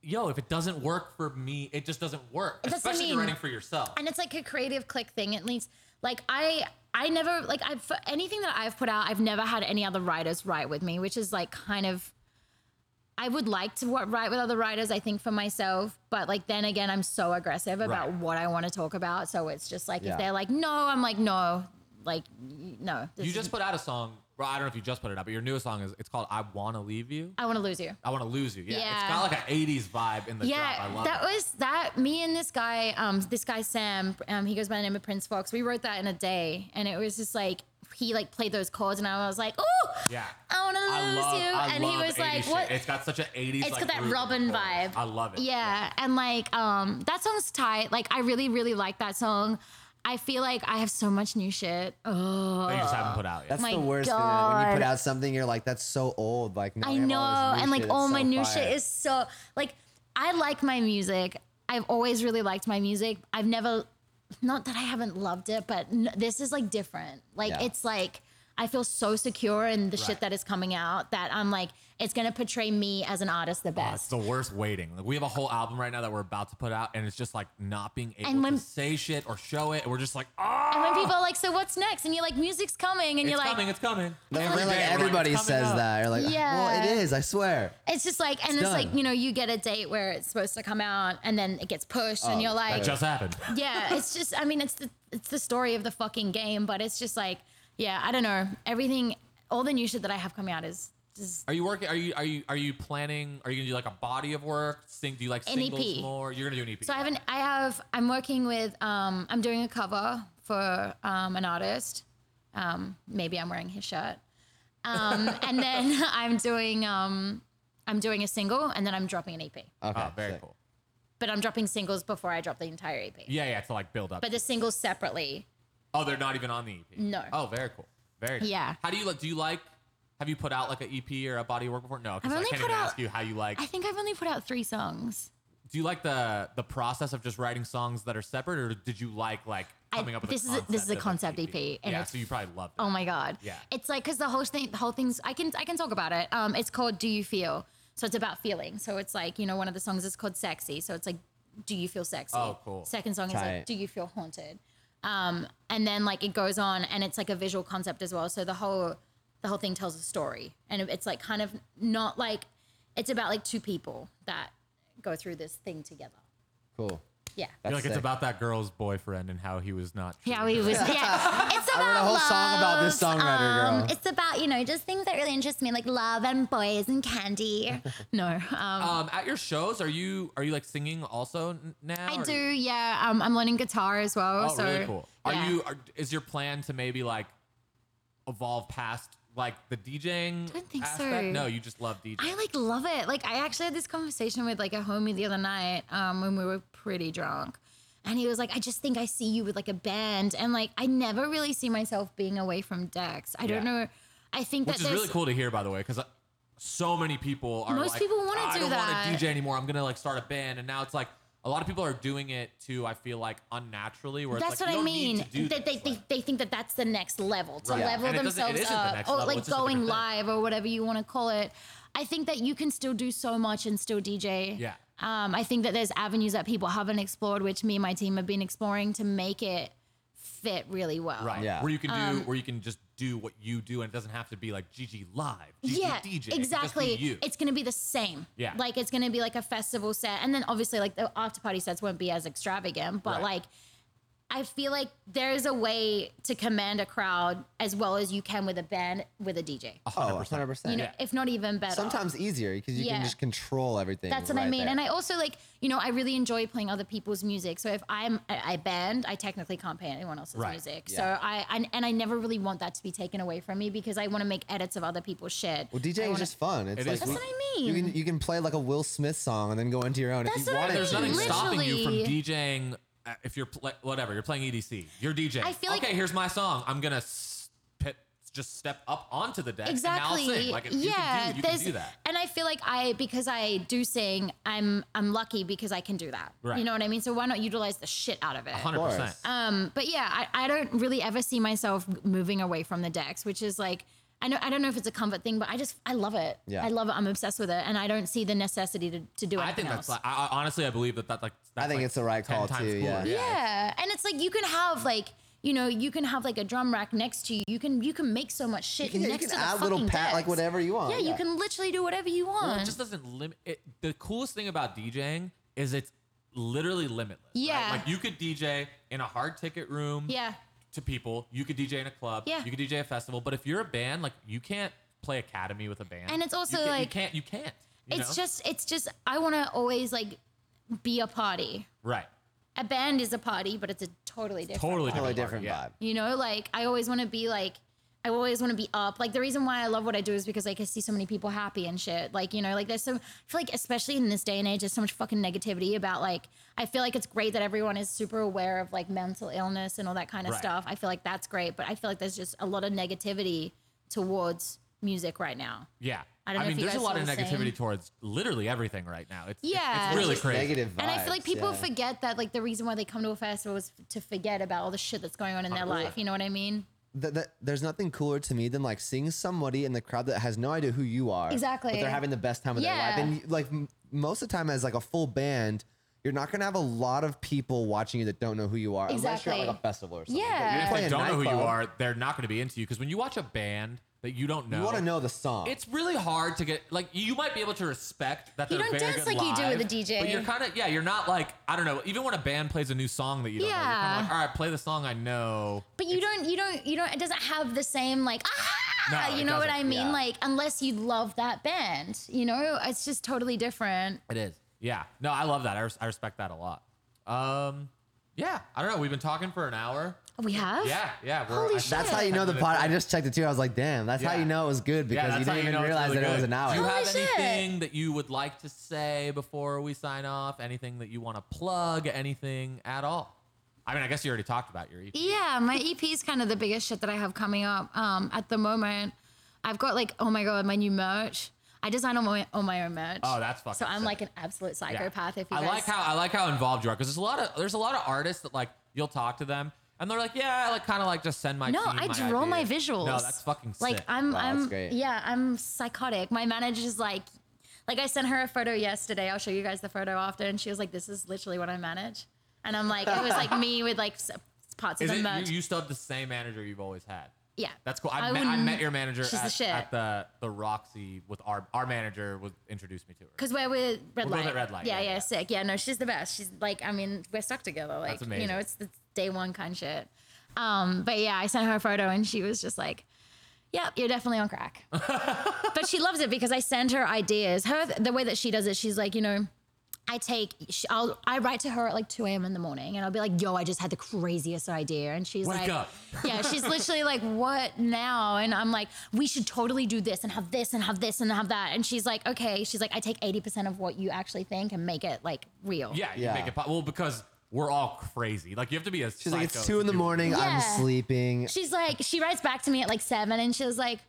Speaker 2: "Yo, if it doesn't work for me, it just doesn't work."
Speaker 4: doesn't
Speaker 2: Especially if you're
Speaker 4: mean-
Speaker 2: writing for yourself.
Speaker 4: and it's like a creative click thing at least like i i never like i've for anything that i've put out i've never had any other writers write with me which is like kind of i would like to wa- write with other writers i think for myself but like then again i'm so aggressive about
Speaker 2: Right.
Speaker 4: what i want to talk about so it's just like
Speaker 3: Yeah.
Speaker 4: if they're like no i'm like no like y- no. this
Speaker 2: You
Speaker 4: is-
Speaker 2: just put out a song. Well, I don't know if you just put it out, but your newest song is it's called "I Want to Leave You."
Speaker 4: I want to lose you.
Speaker 2: I want to lose you. Yeah, it's
Speaker 4: Yeah.
Speaker 2: got like an '80s vibe in the
Speaker 4: yeah,
Speaker 2: drop. I love
Speaker 4: that
Speaker 2: it.
Speaker 4: was that. Me and this guy, um, this guy Sam, um, he goes by the name of Prince Fox. We wrote that in a day, and it was just like he like played those chords, and I was like, oh,
Speaker 2: yeah,
Speaker 4: I want to
Speaker 2: I
Speaker 4: lose
Speaker 2: love.
Speaker 4: you,
Speaker 2: I
Speaker 4: and
Speaker 2: love
Speaker 4: he was like,
Speaker 2: 80s shit.
Speaker 4: what?
Speaker 2: It's got such an '80s.
Speaker 4: It's
Speaker 2: like,
Speaker 4: got that
Speaker 2: groove in the
Speaker 4: Robin
Speaker 2: chords.
Speaker 4: vibe.
Speaker 2: I love it.
Speaker 4: Yeah, and like um, that song's tight. Like I really, really like that song. I feel like I have so much new shit. Oh,
Speaker 2: that you just haven't put out yet.
Speaker 3: That's
Speaker 4: My
Speaker 3: the worst feeling. When you
Speaker 4: God.
Speaker 3: put out something, you're like, that's so old. Like, now
Speaker 4: I
Speaker 3: have
Speaker 4: know,
Speaker 3: all this new
Speaker 4: and like
Speaker 3: shit.
Speaker 4: all
Speaker 3: It's
Speaker 4: my
Speaker 3: so
Speaker 4: new
Speaker 3: fire.
Speaker 4: shit is so like I like my music. I've always really liked my music. I've never, not that I haven't loved it, but n- this is like different. Like
Speaker 3: Yeah.
Speaker 4: it's like I feel so secure in the
Speaker 2: Right.
Speaker 4: shit that is coming out that I'm like it's gonna portray me as an artist the
Speaker 2: Oh, it's
Speaker 4: best.
Speaker 2: the worst waiting. Like we have a whole album right now that we're about to put out, and it's just like not being able
Speaker 4: And when-
Speaker 2: to say shit or show it. And we're just like, ah,
Speaker 4: and when people are like, so what's next? And you're like, music's coming, and
Speaker 2: it's
Speaker 4: you're like,
Speaker 2: coming, it's coming.
Speaker 3: Like,
Speaker 2: Every
Speaker 3: like,
Speaker 2: day we're
Speaker 3: everybody
Speaker 2: like, "It's coming
Speaker 3: says
Speaker 2: up."
Speaker 3: that. You're like, well,
Speaker 4: Yeah.
Speaker 3: it is. I swear.
Speaker 4: It's just like, and
Speaker 3: It's
Speaker 4: it's, like,
Speaker 3: done.
Speaker 4: you know, you get a date where it's supposed to come out and then it gets pushed
Speaker 3: Oh,
Speaker 4: and you're
Speaker 2: That
Speaker 4: like,
Speaker 2: just happened.
Speaker 4: yeah, it's just, I mean, it's the, it's the story of the fucking game, but it's just like, yeah, I don't know. Everything, all the new shit that I have coming out is just,
Speaker 2: Are you working? Are you are you are you planning? Are you gonna do like a body of work? Sing? Do you like
Speaker 4: An
Speaker 2: singles
Speaker 4: EP.
Speaker 2: more? You're gonna do an E EP.
Speaker 4: so I haven't, I have, I'm working with, um, I'm doing a cover for um, an artist. Um, maybe I'm wearing his shirt. Um, and then I'm doing, um, I'm doing a single and then I'm dropping an EP.
Speaker 3: Okay.
Speaker 2: Oh, very
Speaker 3: sick.
Speaker 2: cool.
Speaker 4: But I'm dropping singles before I drop the entire EP.
Speaker 2: Yeah, yeah, to like build up.
Speaker 4: but the singles separately.
Speaker 2: oh, they're not even on the EP.
Speaker 4: No.
Speaker 2: Oh, very cool. Very. Cool.
Speaker 4: Yeah.
Speaker 2: How do you like? Do you like? Have you put out like an EP or a body of work before? No, because I
Speaker 4: I've only
Speaker 2: can't
Speaker 4: put
Speaker 2: even
Speaker 4: out-
Speaker 2: ask you how you like.
Speaker 4: I think I've only put out three songs.
Speaker 2: do you like the the process of just writing songs that are separate, or did you like like
Speaker 4: I-
Speaker 2: coming up with a
Speaker 4: this is a-
Speaker 2: concept
Speaker 4: this is a
Speaker 2: of an E
Speaker 4: concept EP, and
Speaker 2: yeah,
Speaker 4: it's-
Speaker 2: so you probably loved it.
Speaker 4: Oh my god!
Speaker 2: Yeah.
Speaker 4: it's like because the whole thing, the whole thing's I can I can talk about it. Um, it's called "Do You Feel," so it's about feeling. So it's like you know one of the songs is called "Sexy," so it's like "Do You Feel Sexy."
Speaker 2: Oh, cool.
Speaker 4: Second song is
Speaker 3: Tight.
Speaker 4: like "Do You Feel Haunted," um, and then like it goes on, and it's like a visual concept as well. So the whole the whole thing tells a story, and it's like kind of not like it's about like two people that go through this thing together.
Speaker 3: Cool.
Speaker 4: Yeah.
Speaker 2: I
Speaker 3: That's
Speaker 2: feel like it's
Speaker 3: sick.
Speaker 2: about that girl's boyfriend and how he was not.
Speaker 4: Yeah,
Speaker 2: treating
Speaker 4: we
Speaker 2: her.
Speaker 4: was. Yeah, it's about
Speaker 3: a whole
Speaker 4: love.
Speaker 3: song about this songwriter
Speaker 4: um,
Speaker 3: girl.
Speaker 4: It's about you know just things that really interest me, like love and boys and candy. no, um,
Speaker 2: Um, at your shows, are you are you like singing also n- now?
Speaker 4: I
Speaker 2: or-
Speaker 4: do. Yeah, um, I'm learning guitar as well.
Speaker 2: Oh,
Speaker 4: so
Speaker 2: really cool. Are
Speaker 4: yeah.
Speaker 2: you? Are, is your plan to maybe like evolve past like the DJing?
Speaker 4: Don't think
Speaker 2: aspect?
Speaker 4: so.
Speaker 2: No, you just love DJing.
Speaker 4: I like love it. Like I actually had this conversation with like a homie the other night um, when we were pretty drunk, and he was like, "I just think I see you with like a band," and like I never really see myself being away from Dex. I don't
Speaker 2: Yeah.
Speaker 4: know. I think
Speaker 2: Which
Speaker 4: that
Speaker 2: is
Speaker 4: there's
Speaker 2: really cool to hear, by the way, because so many people are.
Speaker 4: Most
Speaker 2: like,
Speaker 4: people wanna
Speaker 2: "Ah, I
Speaker 4: do
Speaker 2: don't
Speaker 4: that."
Speaker 2: want to DJ anymore. I'm gonna like start a band, and now it's like a lot of people are doing it too. I feel like unnaturally. Where
Speaker 4: That's
Speaker 2: it's like,
Speaker 4: what
Speaker 2: you
Speaker 4: I
Speaker 2: don't need
Speaker 4: mean.
Speaker 2: to do
Speaker 4: That they,
Speaker 2: this,
Speaker 4: they,
Speaker 2: like-
Speaker 4: they think that that's the next level to
Speaker 2: Right. Yeah.
Speaker 4: level
Speaker 2: And it doesn't- it
Speaker 4: themselves
Speaker 2: isn't the
Speaker 4: up,
Speaker 2: next
Speaker 4: or
Speaker 2: level,
Speaker 4: like
Speaker 2: it's just a
Speaker 4: going
Speaker 2: different
Speaker 4: live or whatever you want to call it. I think that you can still do so much and still DJ.
Speaker 2: Yeah.
Speaker 4: Um, I think that there's avenues that people haven't explored, which me and my team have been exploring to make it fit really well.
Speaker 2: Right.
Speaker 3: Yeah.
Speaker 2: Where you can do,
Speaker 4: Um,
Speaker 2: where you can just do what you do, and it doesn't have to be like GG live, GG DJ.
Speaker 4: yeah,
Speaker 2: It can just be
Speaker 4: exactly.
Speaker 2: you.
Speaker 4: It's gonna be the same.
Speaker 2: Yeah.
Speaker 4: like it's gonna be like a festival set, and then obviously like the after party sets won't be as extravagant, but
Speaker 2: Right.
Speaker 4: like I feel like there's a way to command a crowd as well as you can with a band with a DJ.
Speaker 3: Oh, 100%.
Speaker 4: You know,
Speaker 2: yeah.
Speaker 4: if not even better.
Speaker 3: Sometimes easier because you
Speaker 4: Yeah.
Speaker 3: can just control everything.
Speaker 4: That's what I
Speaker 3: right
Speaker 4: mean.
Speaker 3: there.
Speaker 4: And I also like, you know, I really enjoy playing other people's music. So if I'm I I band, I technically can't play anyone else's
Speaker 2: Right.
Speaker 4: music. So
Speaker 3: Yeah.
Speaker 4: I and, and I never really want that to be taken away from me because I want to make edits of other people's shit.
Speaker 3: Well,
Speaker 4: I
Speaker 3: DJing is
Speaker 4: wanna-
Speaker 3: just fun. It's
Speaker 2: It
Speaker 3: like
Speaker 2: is
Speaker 4: That's
Speaker 2: we-
Speaker 4: what I
Speaker 3: You
Speaker 4: mean.
Speaker 3: can you can play like a Will Smith song and then go into your own
Speaker 4: That's
Speaker 3: if you
Speaker 4: what I
Speaker 3: wanted
Speaker 4: mean,
Speaker 2: There's
Speaker 3: to.
Speaker 2: nothing
Speaker 4: Literally.
Speaker 2: stopping you from DJing uh, if you're pl- whatever you're playing EDC. You're DJing.
Speaker 4: I feel like-
Speaker 2: okay. Here's my song. I'm gonna s- pit, just step up onto the deck.
Speaker 4: exactly
Speaker 2: And now sing. Like, if
Speaker 4: yeah
Speaker 2: You can do, you
Speaker 4: there's
Speaker 2: can do that.
Speaker 4: and i feel like i because i do sing i'm i'm lucky because i can do that
Speaker 2: Right.
Speaker 4: you know what i mean so why not utilize the shit out of it
Speaker 2: Hundred percent.
Speaker 3: course.
Speaker 4: um but yeah I, I don't really ever see myself moving away from the decks which is like I know I don't know if it's a comfort thing, but I just I love it.
Speaker 3: Yeah.
Speaker 4: I love it. I'm obsessed with it, and I don't see the necessity to, to do anything
Speaker 2: I think that's.
Speaker 4: else.
Speaker 2: Like, I, I honestly, I believe that that like. That's
Speaker 3: think
Speaker 2: like
Speaker 3: it's the right
Speaker 2: 10
Speaker 3: call,
Speaker 2: times
Speaker 3: too, yeah.
Speaker 2: cooler.
Speaker 4: Yeah, and it's like you can have like you know you can have like a drum rack next to you. You can you can make so much shit
Speaker 3: You can, you
Speaker 4: next
Speaker 3: can
Speaker 4: to the
Speaker 3: add
Speaker 4: fucking
Speaker 3: little pat like
Speaker 4: decks.
Speaker 3: whatever you want.
Speaker 4: Yeah, you can literally do whatever you
Speaker 2: Well,
Speaker 4: want.
Speaker 2: it just doesn't limit. It, the coolest thing about DJing is it's literally limitless. right?
Speaker 4: Yeah.
Speaker 2: Like you could DJ in a hard ticket room.
Speaker 4: yeah.
Speaker 2: to people. You could DJ in a club.
Speaker 4: Yeah.
Speaker 2: You could DJ a festival. But if you're a band, like you can't play Academy with a band.
Speaker 4: And it's also,
Speaker 2: you can't,
Speaker 4: like-
Speaker 2: you can't. You can't. you
Speaker 4: it's
Speaker 2: know?
Speaker 4: just it's just I want to always like be a party.
Speaker 2: right.
Speaker 4: A band is a party, but it's a totally different.
Speaker 2: Totally
Speaker 4: party.
Speaker 3: Totally
Speaker 2: Different
Speaker 3: different
Speaker 2: part, yeah.
Speaker 3: vibe.
Speaker 4: You know, like I always want to be like I always want to be up. Like the reason why I love what I do is because like I see so many people happy and shit. Like you know, like there's so I feel like especially in this day and age, there's so much fucking negativity about like I feel like it's great that everyone is super aware of like mental illness and all that kind of
Speaker 2: Right.
Speaker 4: stuff. I feel like that's great, but I feel like there's just a lot of negativity towards music right now.
Speaker 2: Yeah.
Speaker 4: I don't know
Speaker 2: mean,
Speaker 4: if you
Speaker 2: there's a
Speaker 4: guys
Speaker 2: lot
Speaker 4: feel
Speaker 2: of
Speaker 4: the same.
Speaker 2: negativity towards literally everything right now. It's, it's-
Speaker 4: Yeah.
Speaker 2: It's really
Speaker 3: Just
Speaker 2: crazy.
Speaker 3: Negative
Speaker 4: And I feel like
Speaker 3: vibes,
Speaker 4: people
Speaker 3: yeah.
Speaker 4: forget that like the reason why they come to a festival is to forget about all the shit that's going on in their life. You know what I mean?
Speaker 3: th- th- there's nothing cooler to me than like seeing somebody in the crowd that has no idea who you are.
Speaker 4: Exactly.
Speaker 3: But they're having the best time of
Speaker 4: Yeah.
Speaker 3: their life. And like m- most of the time, as like a full band, you're not gonna have a lot of people watching you that don't know who you are unless you're at like
Speaker 4: Exactly.
Speaker 3: a festival or something.
Speaker 4: Yeah.
Speaker 2: If
Speaker 4: Play
Speaker 2: they
Speaker 3: a
Speaker 2: don't know who you
Speaker 3: nightclub.
Speaker 2: are, they're not going to be into you. Because when you watch a band that you don't know,
Speaker 3: You want to know the song.
Speaker 2: It's really hard to get like you might be able to respect that
Speaker 4: You
Speaker 2: they're
Speaker 4: don't
Speaker 2: very
Speaker 4: dance
Speaker 2: good
Speaker 4: like you do with
Speaker 2: live,
Speaker 4: a DJ.
Speaker 2: But you're kind of yeah, you're not like I don't know. Even when a band plays a new song that you don't know, you're kind
Speaker 4: Yeah.
Speaker 2: of like all right, play the song I know.
Speaker 4: But you don't, you don't, you don't, it doesn't have the same like, ah,
Speaker 2: No, it
Speaker 4: you know what
Speaker 2: doesn't.
Speaker 4: I mean?
Speaker 3: Yeah.
Speaker 4: Like, unless you love that band, you know, it's just totally different.
Speaker 2: It is. Yeah. No, I love that. I, res- I respect that a lot. Um, yeah. I don't know. We've been talking for an hour.
Speaker 4: We have?
Speaker 2: Yeah. Yeah. We're,
Speaker 4: Oh, Holy
Speaker 2: I-
Speaker 4: shit.
Speaker 3: that's how you know the pod. I just checked it too. I was like, damn, that's how
Speaker 2: Yeah.
Speaker 3: you know it was good
Speaker 2: Yeah,
Speaker 3: because
Speaker 2: that's
Speaker 3: you
Speaker 2: how
Speaker 3: didn't even
Speaker 2: know it's
Speaker 3: realize
Speaker 2: really
Speaker 3: that it was
Speaker 2: good.
Speaker 3: an hour.
Speaker 2: Do you have
Speaker 4: Holy shit.
Speaker 2: anything that you would like to say before we sign off? Anything that you want to plug? Anything at all? I mean, I guess you already talked about your E EP.
Speaker 4: Yeah, my EP is kind of the biggest shit that I have coming up um, at the moment. I've got like, oh my god, my new merch. I design all my all my own merch.
Speaker 2: Oh, that's fucking
Speaker 4: So I'm
Speaker 2: sick.
Speaker 4: like an absolute
Speaker 2: Yeah.
Speaker 4: psychopath. If you
Speaker 2: I
Speaker 4: guys,
Speaker 2: like how I like how involved you are because there's a lot of there's a lot of artists that like you'll talk to them and they're like, yeah, I like kind of like just send my
Speaker 4: No,
Speaker 2: team
Speaker 4: I
Speaker 2: my
Speaker 4: draw my
Speaker 2: ideas."
Speaker 4: visuals.
Speaker 2: No, that's fucking sick.
Speaker 4: like I'm
Speaker 3: Wow, Oh, that's
Speaker 4: I'm
Speaker 3: great.
Speaker 4: yeah, I'm psychotic. My manager's like like I sent her a photo yesterday. I'll show you guys the photo after and she was like this is literally what I manage. And I'm like it was like me with like s- parts
Speaker 2: Is
Speaker 4: of the
Speaker 2: it,
Speaker 4: merch.
Speaker 2: you, you still have the same manager you've always had.
Speaker 4: yeah.
Speaker 2: That's cool. I,
Speaker 4: I
Speaker 2: met, I
Speaker 4: wouldn't-
Speaker 2: met your manager
Speaker 4: she's the
Speaker 2: at,
Speaker 4: shit.
Speaker 2: at the the Roxy with our our manager was introduced me to her.
Speaker 4: Cause we're with red
Speaker 2: We're both
Speaker 4: light.
Speaker 2: at Red Light,
Speaker 4: Yeah,
Speaker 2: yeah,
Speaker 4: yeah,
Speaker 2: yeah.
Speaker 4: sick. Yeah, no, she's the best. She's like, I mean, we're stuck together. Like, you
Speaker 2: amazing.
Speaker 4: know, it's the day one kind of shit. Um, but yeah, I sent her a photo and she was just like, "Yep, you're definitely on crack." but she loves it because I send her ideas. Her the way that she does it, she's like, you know, I take, she, I'll, I write to her at like 2 a.m. in the morning, and I'll be like, "Yo, I just had the craziest idea," and she's
Speaker 2: Wake
Speaker 4: like,
Speaker 2: up.
Speaker 4: yeah, she's literally like, what now? And I'm like, we should totally do this and have this and have this and have that. And she's like, okay. She's like, I take 80% of what you actually think and make it like real.
Speaker 2: Yeah, you
Speaker 3: Yeah.
Speaker 2: make it pop. Well, because we're all crazy. Like you have to be a.
Speaker 3: She's like, it's
Speaker 2: psycho
Speaker 3: two
Speaker 2: to
Speaker 3: in the
Speaker 2: do-
Speaker 3: morning. I'm
Speaker 4: Yeah.
Speaker 3: sleeping.
Speaker 4: She's like, she writes back to me at like seven and she was like,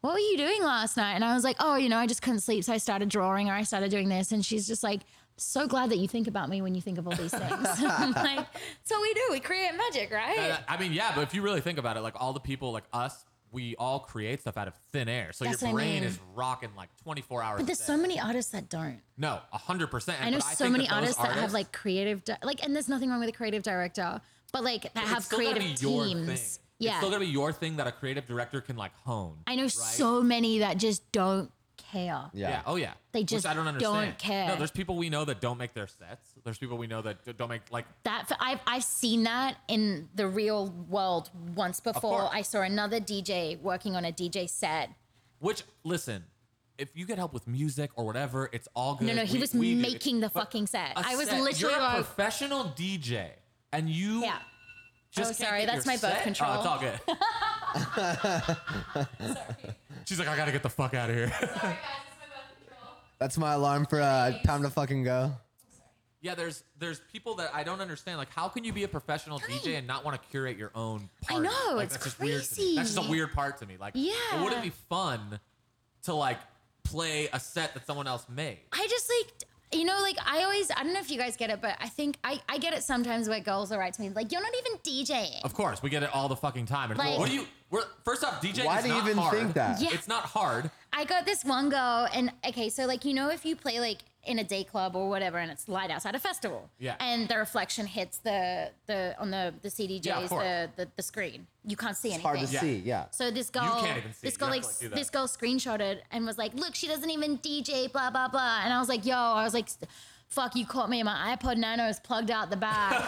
Speaker 4: what were you doing last night? And I was like, oh, you know, I just couldn't sleep. So I started drawing or I started doing this. And she's just like, so glad that you think about me when you think of all these things. I'm like, that's what we do. We create magic, right?
Speaker 2: Uh, I mean, yeah, but if you really think about it, like all the people like us, we all create stuff out of thin air. So
Speaker 4: That's
Speaker 2: your
Speaker 4: what I
Speaker 2: brain
Speaker 4: mean.
Speaker 2: is rocking like 24 hours.
Speaker 4: but
Speaker 2: a
Speaker 4: there's
Speaker 2: day.
Speaker 4: so many artists that don't.
Speaker 2: No, hundred percent.
Speaker 4: I know so many artists, that have like creative, di- like, and there's nothing wrong with a creative director, but like that have creative
Speaker 2: Thing.
Speaker 4: teams.
Speaker 2: it's
Speaker 4: Yeah,
Speaker 2: still gonna be your thing that a creative director can like hone.
Speaker 4: I know so many that just don't care.
Speaker 2: yeah.
Speaker 3: Yeah.
Speaker 2: Oh yeah.
Speaker 4: They
Speaker 2: Which
Speaker 4: just
Speaker 2: I don't
Speaker 4: don't
Speaker 2: understand.
Speaker 4: care.
Speaker 2: No, there's people we know that don't make their sets. There's people we know that d- don't make like.
Speaker 4: That I've I've seen that in the real world once before.
Speaker 2: course.
Speaker 4: I saw another DJ working on a DJ set.
Speaker 2: Which listen, if you get help with music or whatever, it's all good.
Speaker 4: No, no, he
Speaker 2: We-
Speaker 4: was
Speaker 2: we do.
Speaker 4: making the
Speaker 2: But
Speaker 4: fucking set.
Speaker 2: a
Speaker 4: I was
Speaker 2: set-
Speaker 4: literally
Speaker 2: You're a
Speaker 4: like,
Speaker 2: professional DJ, and you.
Speaker 4: yeah.
Speaker 2: Just
Speaker 4: Oh,
Speaker 2: can't
Speaker 4: sorry,
Speaker 2: get
Speaker 4: that's
Speaker 2: your
Speaker 4: my birth
Speaker 2: set?
Speaker 4: control.
Speaker 2: Oh, it's all good. She's like, I gotta get the fuck out of here.
Speaker 3: That's my alarm for uh, time to fucking go.
Speaker 2: yeah, there's there's people that I don't understand. Like, how can you be a professional DJ and not want to curate your own?
Speaker 4: I
Speaker 2: Party?
Speaker 4: know,
Speaker 2: like,
Speaker 4: it's
Speaker 2: that's Just weird to me. That's just a
Speaker 4: crazy.
Speaker 2: weird part to me. Like,
Speaker 4: Yeah.
Speaker 2: it wouldn't be fun to like play a set that someone else made.
Speaker 4: I just like you know, like I always I don't know if you guys get it, but I think I, I get it sometimes where girls will write to me like, You're not even DJing.
Speaker 2: Of course, we get it all the fucking time. And
Speaker 4: Like-
Speaker 2: what do you? We're, first off, DJ.
Speaker 3: Why
Speaker 2: is
Speaker 3: do you
Speaker 2: not
Speaker 3: even
Speaker 2: hard.
Speaker 3: think that?
Speaker 4: Yeah.
Speaker 2: It's not hard.
Speaker 4: I got this one girl, and okay, so like you know, if you play like in a day club or whatever, and it's light outside a festival,
Speaker 2: Yeah.
Speaker 4: and the reflection hits the the on the the CDJs
Speaker 2: Yeah, of course.
Speaker 4: the, the the screen, you can't see
Speaker 3: It's
Speaker 4: anything.
Speaker 3: hard to see. Yeah.
Speaker 4: So this girl,
Speaker 2: can't even see
Speaker 4: this
Speaker 2: it.
Speaker 4: girl
Speaker 2: You
Speaker 4: like,
Speaker 2: have to, like, do that.
Speaker 4: this girl screenshotted and was like, "Look, she doesn't even DJ, blah blah blah," and I was like, "Yo," I was like. fuck, you caught me and my iPod Nano is plugged out the back,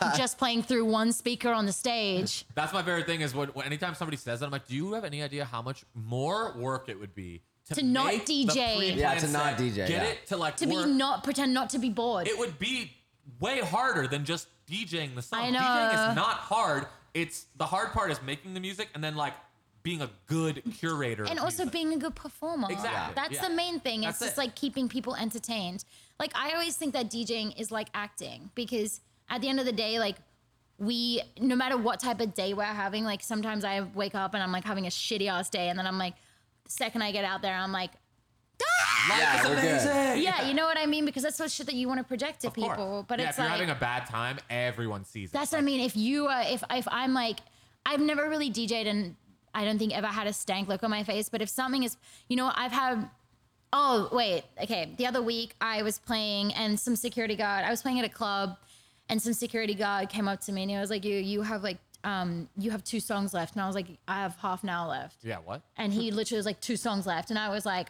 Speaker 4: like just playing through one speaker on the stage.
Speaker 2: That's my favorite thing is when, when anytime somebody says that, I'm like, do you have any idea how much more work it would be to,
Speaker 4: To not
Speaker 2: make the
Speaker 4: DJ.
Speaker 2: pre-planned
Speaker 3: Yeah, to
Speaker 2: set,
Speaker 3: not DJ,
Speaker 2: Get
Speaker 3: yeah.
Speaker 2: it to like
Speaker 4: To
Speaker 2: work.
Speaker 4: be not pretend not to be bored.
Speaker 2: it would be way harder than just DJing the song.
Speaker 4: I
Speaker 2: DJing
Speaker 4: know.
Speaker 2: is not hard. It's the hard part is making the music and then like being a good curator. of
Speaker 4: and also
Speaker 2: music.
Speaker 4: being a good performer.
Speaker 2: Exactly,
Speaker 4: That's
Speaker 2: yeah.
Speaker 4: the main thing.
Speaker 2: That's
Speaker 4: It's just
Speaker 2: it.
Speaker 4: like keeping people entertained. Like I always think that DJing is like acting because at the end of the day, like we no matter what type of day we're having, like sometimes I wake up and I'm like having a shitty ass day, and then I'm like the second I get out there, I'm like,
Speaker 3: Yeah, we're good.
Speaker 4: yeah, you know what I mean? Because that's what shit that you want to project to
Speaker 2: Of course.
Speaker 4: people. But
Speaker 2: yeah,
Speaker 4: it's
Speaker 2: if you're
Speaker 4: like
Speaker 2: having a bad time, everyone sees
Speaker 4: That's
Speaker 2: it.
Speaker 4: what I mean. If you, uh, if if I'm like, I've never really DJ'd and I don't think ever had a stank look on my face. But if something is, you know, I've had. Oh wait, okay. The other week I was playing and some security guard. I was playing at a club, and some security guard came up to me and he was like, "You you have like um you have two songs left," and I was like, "I have half an hour left."
Speaker 2: Yeah, what?
Speaker 4: and he literally was like two songs left and i was like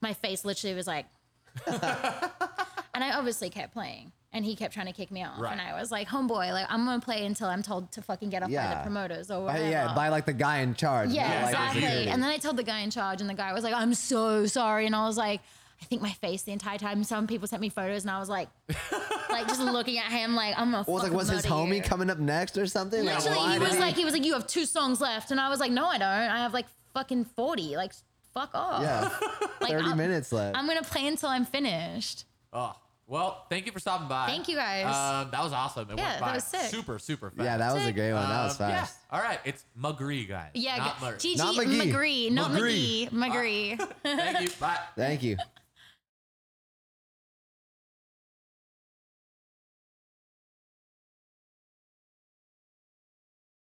Speaker 4: my face literally was like and i obviously kept playing and he kept trying to kick me off
Speaker 2: Right.
Speaker 4: and i was like homeboy like i'm gonna play until i'm told to fucking get up by
Speaker 3: Yeah.
Speaker 4: the promoters or
Speaker 3: Uh,
Speaker 4: whatever
Speaker 3: yeah, by like the guy in charge.
Speaker 4: yeah,
Speaker 3: not, like, the
Speaker 4: exactly
Speaker 3: security.
Speaker 4: and then i told the guy in charge and the guy was like i'm so sorry and i was like i think my face the entire time some people sent me photos and i was like like just looking at him like i'm gonna
Speaker 3: Well, it's like,
Speaker 4: fucking
Speaker 3: was his
Speaker 4: murder
Speaker 3: homie
Speaker 4: you.
Speaker 3: coming up next or something? Like,
Speaker 4: Literally,
Speaker 3: why
Speaker 4: he
Speaker 3: did
Speaker 4: was like, he was like, you have two songs left, and I was like, no, I don't. I have like fucking forty. Like, fuck off.
Speaker 3: yeah,
Speaker 4: Like,
Speaker 3: 30
Speaker 4: I'm-
Speaker 3: minutes left.
Speaker 4: I'm gonna play until I'm finished.
Speaker 2: Oh, well, thank you for stopping by.
Speaker 4: Thank you, guys.
Speaker 2: Um, that was awesome. It
Speaker 4: Yeah,
Speaker 2: went
Speaker 4: that
Speaker 2: by
Speaker 4: was sick.
Speaker 2: Super, super fast.
Speaker 3: yeah, that was a great one. That was
Speaker 2: Um, yeah.
Speaker 3: fast.
Speaker 2: All right, it's Magree, guys.
Speaker 4: Yeah,
Speaker 2: not Murray.
Speaker 4: Gigi
Speaker 3: Not McGee.
Speaker 4: McGree, not
Speaker 3: McGree.
Speaker 4: McGee, McGree.
Speaker 2: Thank you. Bye.
Speaker 3: Thank you.